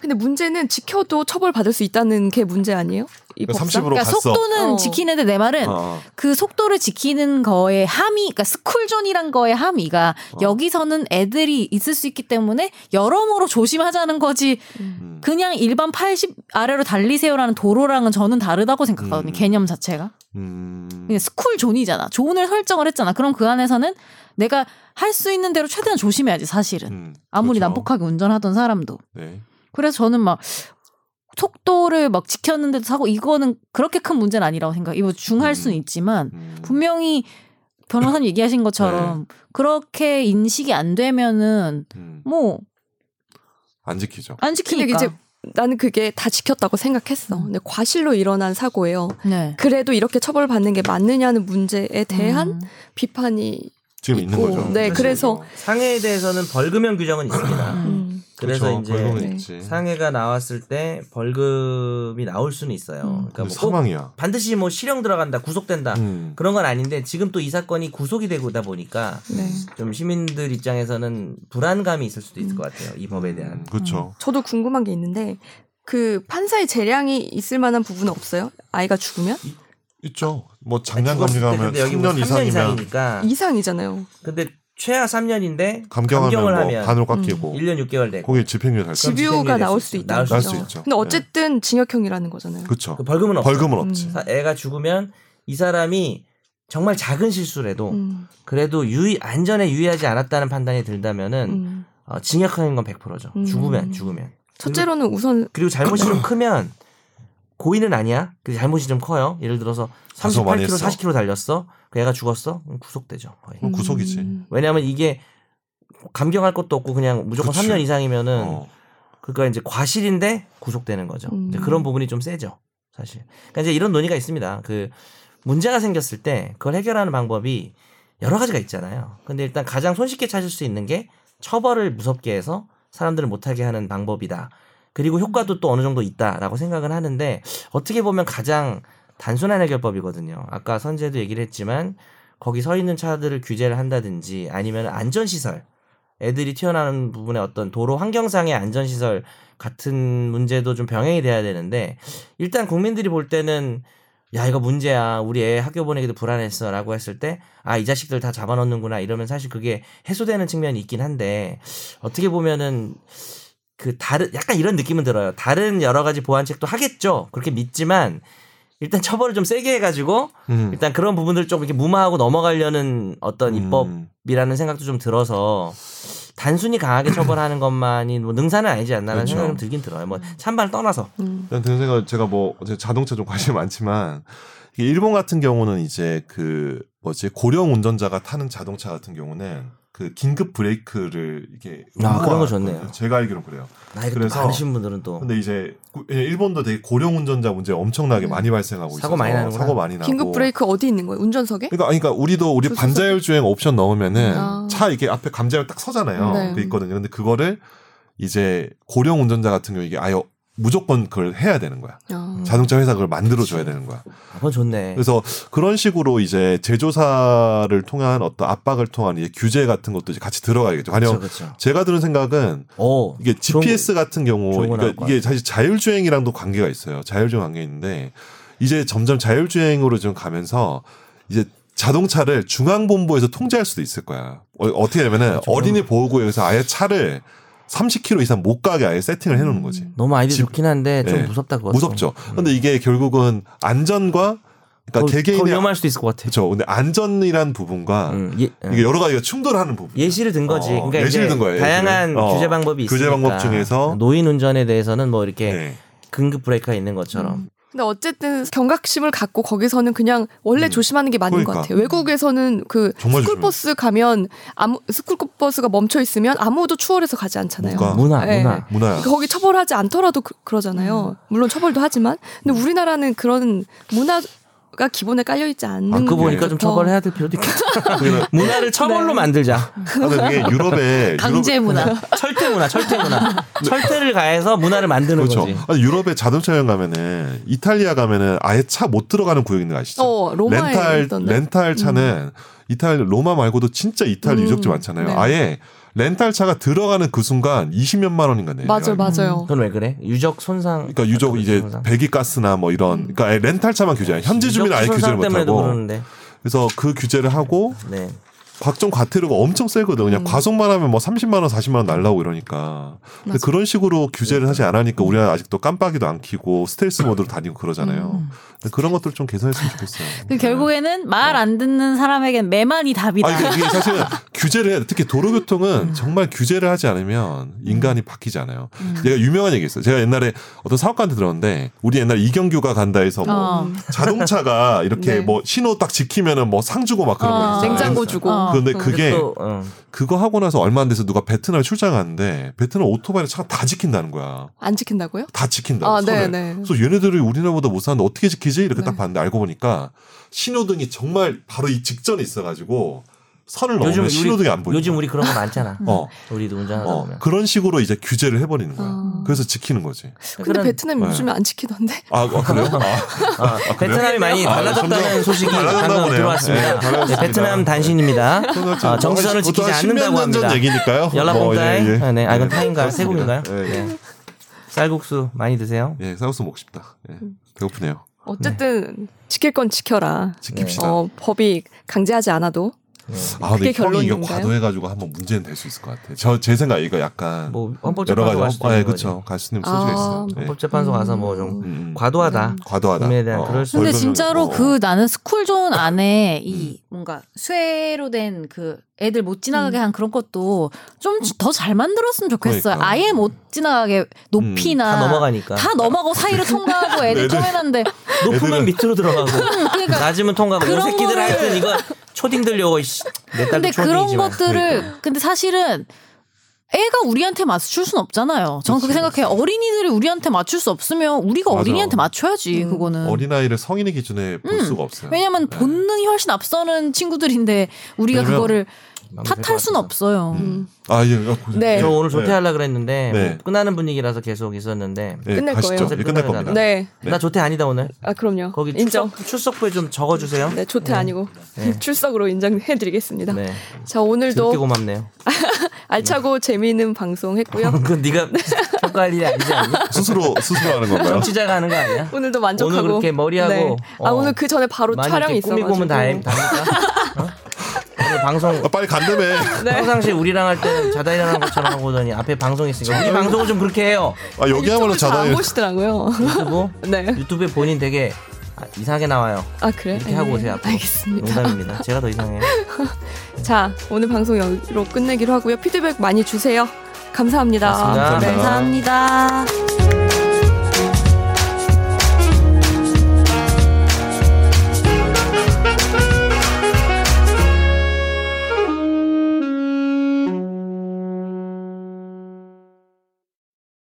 근데 문제는 지켜도 처벌 받을 수 있다는 게 문제 아니에요? 이 그러니까 법상. 30으로 그러니까 갔어. 속도는 어. 지키는데 내 말은 어. 그 속도를 지키는 거에 함의, 그러니까 스쿨존이란 거에 함의가 어. 여기서는 애들이 있을 수 있기 때문에 여러모로 조심하자는 거지 음. 그냥 일반 80 아래로 달리세요라는 도로랑은 저는 다르다고 생각하거든요. 음. 개념 자체가. 음. 그냥 스쿨존이잖아. 존을 설정을 했잖아. 그럼 그 안에서는 내가 할 수 있는 대로 최대한 조심해야지 사실은. 음. 아무리 그렇죠. 난폭하게 운전하던 사람도. 네. 그래서 저는 막 속도를 막 지켰는데도 사고 이거는 그렇게 큰 문제는 아니라고 생각. 이거 중할 수는 음. 있지만 음. 분명히 변호사님 얘기하신 네. 것처럼 그렇게 인식이 안 되면은 음. 뭐 안 안 지키죠. 지키니까. 근데 이제 나는 그게 다 지켰다고 생각했어. 음. 근데 과실로 일어난 사고예요. 네. 그래도 이렇게 처벌받는 게 맞느냐는 문제에 대한 음. 비판이 지금 있는 있고, 거죠. 네, 사실은. 그래서- 상해에 대해서는 벌금형 규정은 있습니다. 음. 그래서 그렇죠. 이제 벌금은 네. 있지. 상해가 나왔을 때 벌금이 나올 수는 있어요. 음. 그러니까 근데 뭐꼭 사망이야. 반드시 뭐 실형 들어간다, 구속된다 음. 아, 그런 건 아닌데 지금 또 이 사건이 구속이 되고다 보니까 음. 네. 좀 시민들 입장에서는 불안감이 있을 수도 있을 것 같아요. 이 법에 음, 대한. 그렇죠. 저도 궁금한 게 있는데 그 판사의 재량이 있을 만한 부분은 없어요? 아이가 죽으면 있죠. 뭐 아, 장량 죽었을 때 감경하면 근데 여기 3년 뭐 이상이면 이상이니까. 이상이잖아요. 근데 최하 3년인데 감경하면 감경을 뭐 하면 음. 반으로 깎이고 1년 6개월 되고 거기 집행유예 달까? 집- 집요가 집행유예 나올 될 수 수 있죠. 있다는 나올 거죠. 수 있죠. 근데 어쨌든 징역형이라는 거잖아요. 그렇죠. 그 벌금은 없어. 벌금은 음. 없지. 사- 애가 죽으면 이 사람이 정말 작은 실수라도 음, 그래도 유의 안전에 유의하지 않았다는 판단이 들다면은 음. 어, 징역형인 건 100%죠. 음. 죽으면 죽으면. 첫째로는 우선 그리고 잘못이 좀 크면 고의는 아니야. 근데 잘못이 좀 커요. 예를 들어서 다소 많이 38km, 했어. 40km 달렸어. 그 애가 죽었어. 그럼 구속되죠. 거의. 음. 구속이지. 음. 왜냐하면 이게 감경할 것도 없고 그냥 무조건 그치. 3년 이상이면은 어. 그러니까 이제 과실인데 구속되는 거죠. 음. 이제 그런 부분이 좀 세죠, 사실. 그러니까 이제 이런 논의가 있습니다. 그 문제가 생겼을 때 그걸 해결하는 방법이 여러 가지가 있잖아요. 근데 일단 가장 손쉽게 찾을 수 있는 게 처벌을 무섭게 해서 사람들을 못하게 하는 방법이다. 그리고 효과도 또 어느 정도 있다라고 생각은 하는데 어떻게 보면 가장 단순한 해결법이거든요. 아까 선재도 얘기를 했지만 거기 서 있는 차들을 규제를 한다든지 아니면 안전시설 애들이 튀어나오는 부분의 어떤 도로 환경상의 안전시설 같은 문제도 좀 병행이 돼야 되는데 일단 국민들이 볼 때는 야 이거 문제야 우리 애 학교 보내기도 불안했어라고 했을 때 아 이 자식들 다 잡아놓는구나 이러면 사실 그게 해소되는 측면이 있긴 한데 어떻게 보면은 그 다른 약간 이런 느낌은 들어요 다른 여러 가지 보완책도 하겠죠 그렇게 믿지만 일단 처벌을 좀 세게 해가지고 음. 일단 그런 부분들 좀 이렇게 무마하고 넘어가려는 어떤 음. 입법이라는 생각도 좀 들어서 단순히 강하게 처벌하는 것만이 뭐 능사는 아니지 않나라는 그렇죠. 생각이 좀 들긴 들어요. 뭐 찬반 떠나서 음. 일단 드는 생각 은 제가 뭐 제가 자동차 좀 관심 많지만 이게 일본 같은 경우는 이제 그 뭐지 고령 운전자가 타는 자동차 같은 경우는 그 긴급 브레이크를 이게 아, 그런 거 의무화하거든요. 좋네요. 제가 알기로 그래요. 나이가 또 그래서- 많으신 분들은 또 근데 이제 구- 예, 일본도 되게 고령 운전자 문제 엄청나게 많이 발생하고 있어서 음. 사고 많이 나는구나. 사고 많이 나고 긴급 브레이크 어디 있는 거예요? 운전석에? 그러니까 아니, 그러니까 우리도 우리 조수석. 반자율 주행 옵션 넣으면은 아. 차 이게 앞에 감자율 딱 서잖아요. 네. 그게 있거든요. 근데 그거를 이제 고령 운전자 같은 경우 이게 아예 무조건 그걸 해야 되는 거야. 어. 자동차 회사 그걸 만들어 줘야 되는 거야. 아, 음. 그건 좋네. 그래서 그런 식으로 이제 제조사를 통한 어떤 압박을 통한 이제 규제 같은 것도 이제 같이 들어가야겠죠. 그렇죠, 가령 그렇죠. 제가 들은 생각은 오, 이게 좋은 거- GPS 같은 경우 좋은 거 나올 그러니까 것 이게 사실 자율주행이랑도 관계가 있어요. 자율주행 관계 있는데 이제 점점 자율주행으로 좀 가면서 이제 자동차를 중앙본부에서 통제할 수도 있을 거야. 어, 어떻게 되면은 조금- 어린이 보호구역에서 아예 차를 30km 이상 못 가게 아예 세팅을 해놓는 거지. 너무 아이디어 집- 좋긴 한데 좀 예. 무섭다 그거. 무섭죠. 근데 이게 결국은 안전과 그러니까 더 개개인의 위험할 수도 있을 것 같아. 그렇죠. 근데 안전이란 부분과 음, 예, 예. 이게 여러 가지가 충돌하는 부분. 예시를 든 거지. 어, 그러니까 예시를 이제 든 거예요, 다양한 예시를. 어, 규제 방법이 있으니까. 규제 방법 중에서. 노인 운전에 대해서는 뭐 이렇게 네. 음. 긴급 브레이크가 있는 것처럼. 근데 어쨌든 경각심을 갖고 거기서는 그냥 원래 음. 조심하는 게 맞는 그러니까. 것 같아요. 외국에서는 그 정말 스쿨버스 가면 아무 스쿨버스가 멈춰 있으면 아무도 추월해서 가지 않잖아요. 그러니까. 문화, 네. 문화. 문화야. 거기 처벌하지 않더라도 그, 러잖아요 음. 물론 처벌도 하지만 근데 우리나라는 그런 문화가 기본에 깔려 있지 않는 아, 게 그거 네. 보니까 좀 좋다. 처벌해야 될 필요도 있겠다. 문화를 처벌로 네. 만들자. 아, 근데 그게 유럽의 강제 문화. 철퇴 문화, 철퇴 문화. 철퇴를 가해서 문화를 만드는 유럽, 그렇죠. 거지. 아니, 유럽의 자동차 여행 가면은 이탈리아 가면은 아예 차 못 들어가는 구역 있는 거 아시죠? 어, 로마에 렌탈 있던데. 렌탈 차는 이탈 로마 말고도 진짜 이탈 음, 유적지 많잖아요. 네. 아예 렌탈 차가 들어가는 그 순간 20몇만 원인가 내요. 맞아 맞아요. 그건 왜 그래? 유적 손상. 그러니까 유적 이제 손상. 배기가스나 뭐 이런 그러니까 아예 렌탈차만 규제. 현지 주민은 유적 아예 규제를 손상 못 때문에도 하고. 그러는데. 그래서 그 규제를 하고 네. 각종 과태료가 엄청 음. 세거든. 그냥 과속만 하면 뭐 30만 원, 40만 원 날라오고 이러니까. 근데 맞아. 그런 식으로 네. 규제를 하지 않으니까 우리가 아직도 깜빡이도 안 키고 스트레스 모드로 다니고 그러잖아요. 근데 그런 것들 을좀 개선했으면 좋겠어요. 네, 그 결국에는 말 안 듣는 사람에겐 매만이 답이다. 어. 아 이게, 이게 사실은 규제를 해야 돼. 특히 음. 도로교통은 정말 규제를 하지 않으면 인간이 바뀌지 않아요. 제가 유명한 얘기 있어요. 제가 옛날에 어떤 사업가한테 들었는데 우리 옛날 에 이경규가 간다 해서 뭐 어. 자동차가 이렇게 네. 아, 뭐 신호 딱 지키면은 뭐 상 주고 막 그런 어, 거 있어요. 냉장고 주고 어. 근데 그게 또, 어. 그거 하고 나서 얼마 안 돼서 누가 베트남 출장 갔는데 베트남 오토바이를 차가 다 지킨다는 거야. 안 지킨다고요? 다 지킨다. 아, 선을. 네네. 그래서 얘네들이 우리나라보다 못 사는데 어떻게 지키지? 이렇게 네. 딱 봤는데 알고 보니까 신호등이 정말 바로 이 직전에 있어가지고 선을 요즘 넘으면 우리 신호등이 안 보여. 요즘 우리 그런 거 많잖아. 어, 우리도 운전하다 어. 보면. 그런 식으로 이제 규제를 해버리는 거야. 아. 그래서 지키는 거지. 근데 그런- 베트남 네. 요즘에 안 지키던데. 아, 아, 그래요? 아, 아, 베트남이 많이 아, 달라졌다는 점점 소식이 달라졌나 방금 보네요. 네, 들어왔습니다. 달라졌습니다. 어, 네, 베트남 단신입니다. 아, 정선을 지키지 않는다고 합니다. 전 얘기니까요. 연락봉다에 뭐, 예, 예. 아, 네, 아, 이건 타인가요? 세국인가요? 그렇습니다. 네. 예, 예. 쌀국수 많이 드세요. 예, 쌀국수 먹고 싶다. 예. 음. 배고프네요. 어쨌든 지킬 건 지켜라. 지킵시다. 어, 법이 강제하지 않아도 아, 근데 그게 형이 이거 결론인가요? 과도해가지고 한번 문제는 될 수 있을 것 같아. 저 제 생각 이거 약간 뭐 헌법재판소 여러 가지 갈 수도 아, 예, 있는 그렇죠. 갈 수는 소지가 아, 있어요. 예. 헌법재판소 가서 뭐 좀 음, 음. 과도하다. 과도하다. 국민에 대한 그럴 수- 근데 벌금형. 진짜로 어. 그 나는 스쿨존 안에 음. 이 뭔가 쇠로 된 그 애들 못 지나가게 한 그런 것도 좀 더 잘 만들었으면 좋겠어요. 음. 그러니까. 음, 아예 못 지나가게 높이나 다 넘어가니까. 다 넘어가고 사이를 통과하고 애들 애들- 통해놨는데 높으면 애들은- 밑으로 들어가고 음, 그러니까 낮으면 통과하고 뭐 이 그런 새끼들 거를- 하여튼 이거 초딩 들려고 이씨. 내 딸도 근데 그런 초딩이지만. 것들을 그러니까. 근데 사실은 애가 우리한테 맞출 순 없잖아요. 저는 그렇게 생각해요. 어린이들이 우리한테 맞출 수 없으면 우리가 맞아. 어린이한테 맞춰야지 음. 그거는. 어린아이를 성인의 기준에 볼 수가 없어요. 왜냐면 네. 본능이 훨씬 앞서는 친구들인데 우리가 왜냐면- 그거를 마음이 탓할 순 없어요. 음. 아, 예. 어, 고생- 네. 저 오늘 조퇴하려고 그랬는데 네. 뭐 끝나는 분위기라서 계속 있었는데 예, 끝낼 가시죠. 거예요. 예, 끝날 끝나면 겁니다. 네. 나 조퇴 아니다 오늘. 아 그럼요. 아. 거기 인정. 출석, 출석부에 좀 적어주세요. 네, 조퇴 아니고 출석으로 인정해드리겠습니다. 네. 자 듣게 오늘도 고맙네요. 알차고 재미있는 방송했고요. 그건 네가 평가할 일이 아니지 않니? 스스로 스스로 하는 건가요? 정치자가 하는 거 아니야? 오늘도 만족하고 오늘 그렇게 머리하고, 아 어, 오늘 그 전에 바로 많이 촬영이 이렇게 꾸미고 오면 있어가지고 다 답니까? 어? 오늘 방송 아, 빨리 간다며. 네. 평상시 우리랑 할 때는 자다 일어나는 것처럼 하고 오더니 앞에 방송 있으니까 우리 방송을 좀 그렇게 해요. 아, 여기 하면 잘안 자다니. 보시더라고요. 유튜브 네. 유튜브에 본인 되게 아, 이상하게 나와요. 아 그래? 이렇게 하고 오세요, 앞으로. 알겠습니다. 농담입니다. 제가 더 이상해요. 자 오늘 방송 여기로 끝내기로 하고요. 피드백 많이 주세요. 감사합니다. 맞습니다. 네. 감사합니다.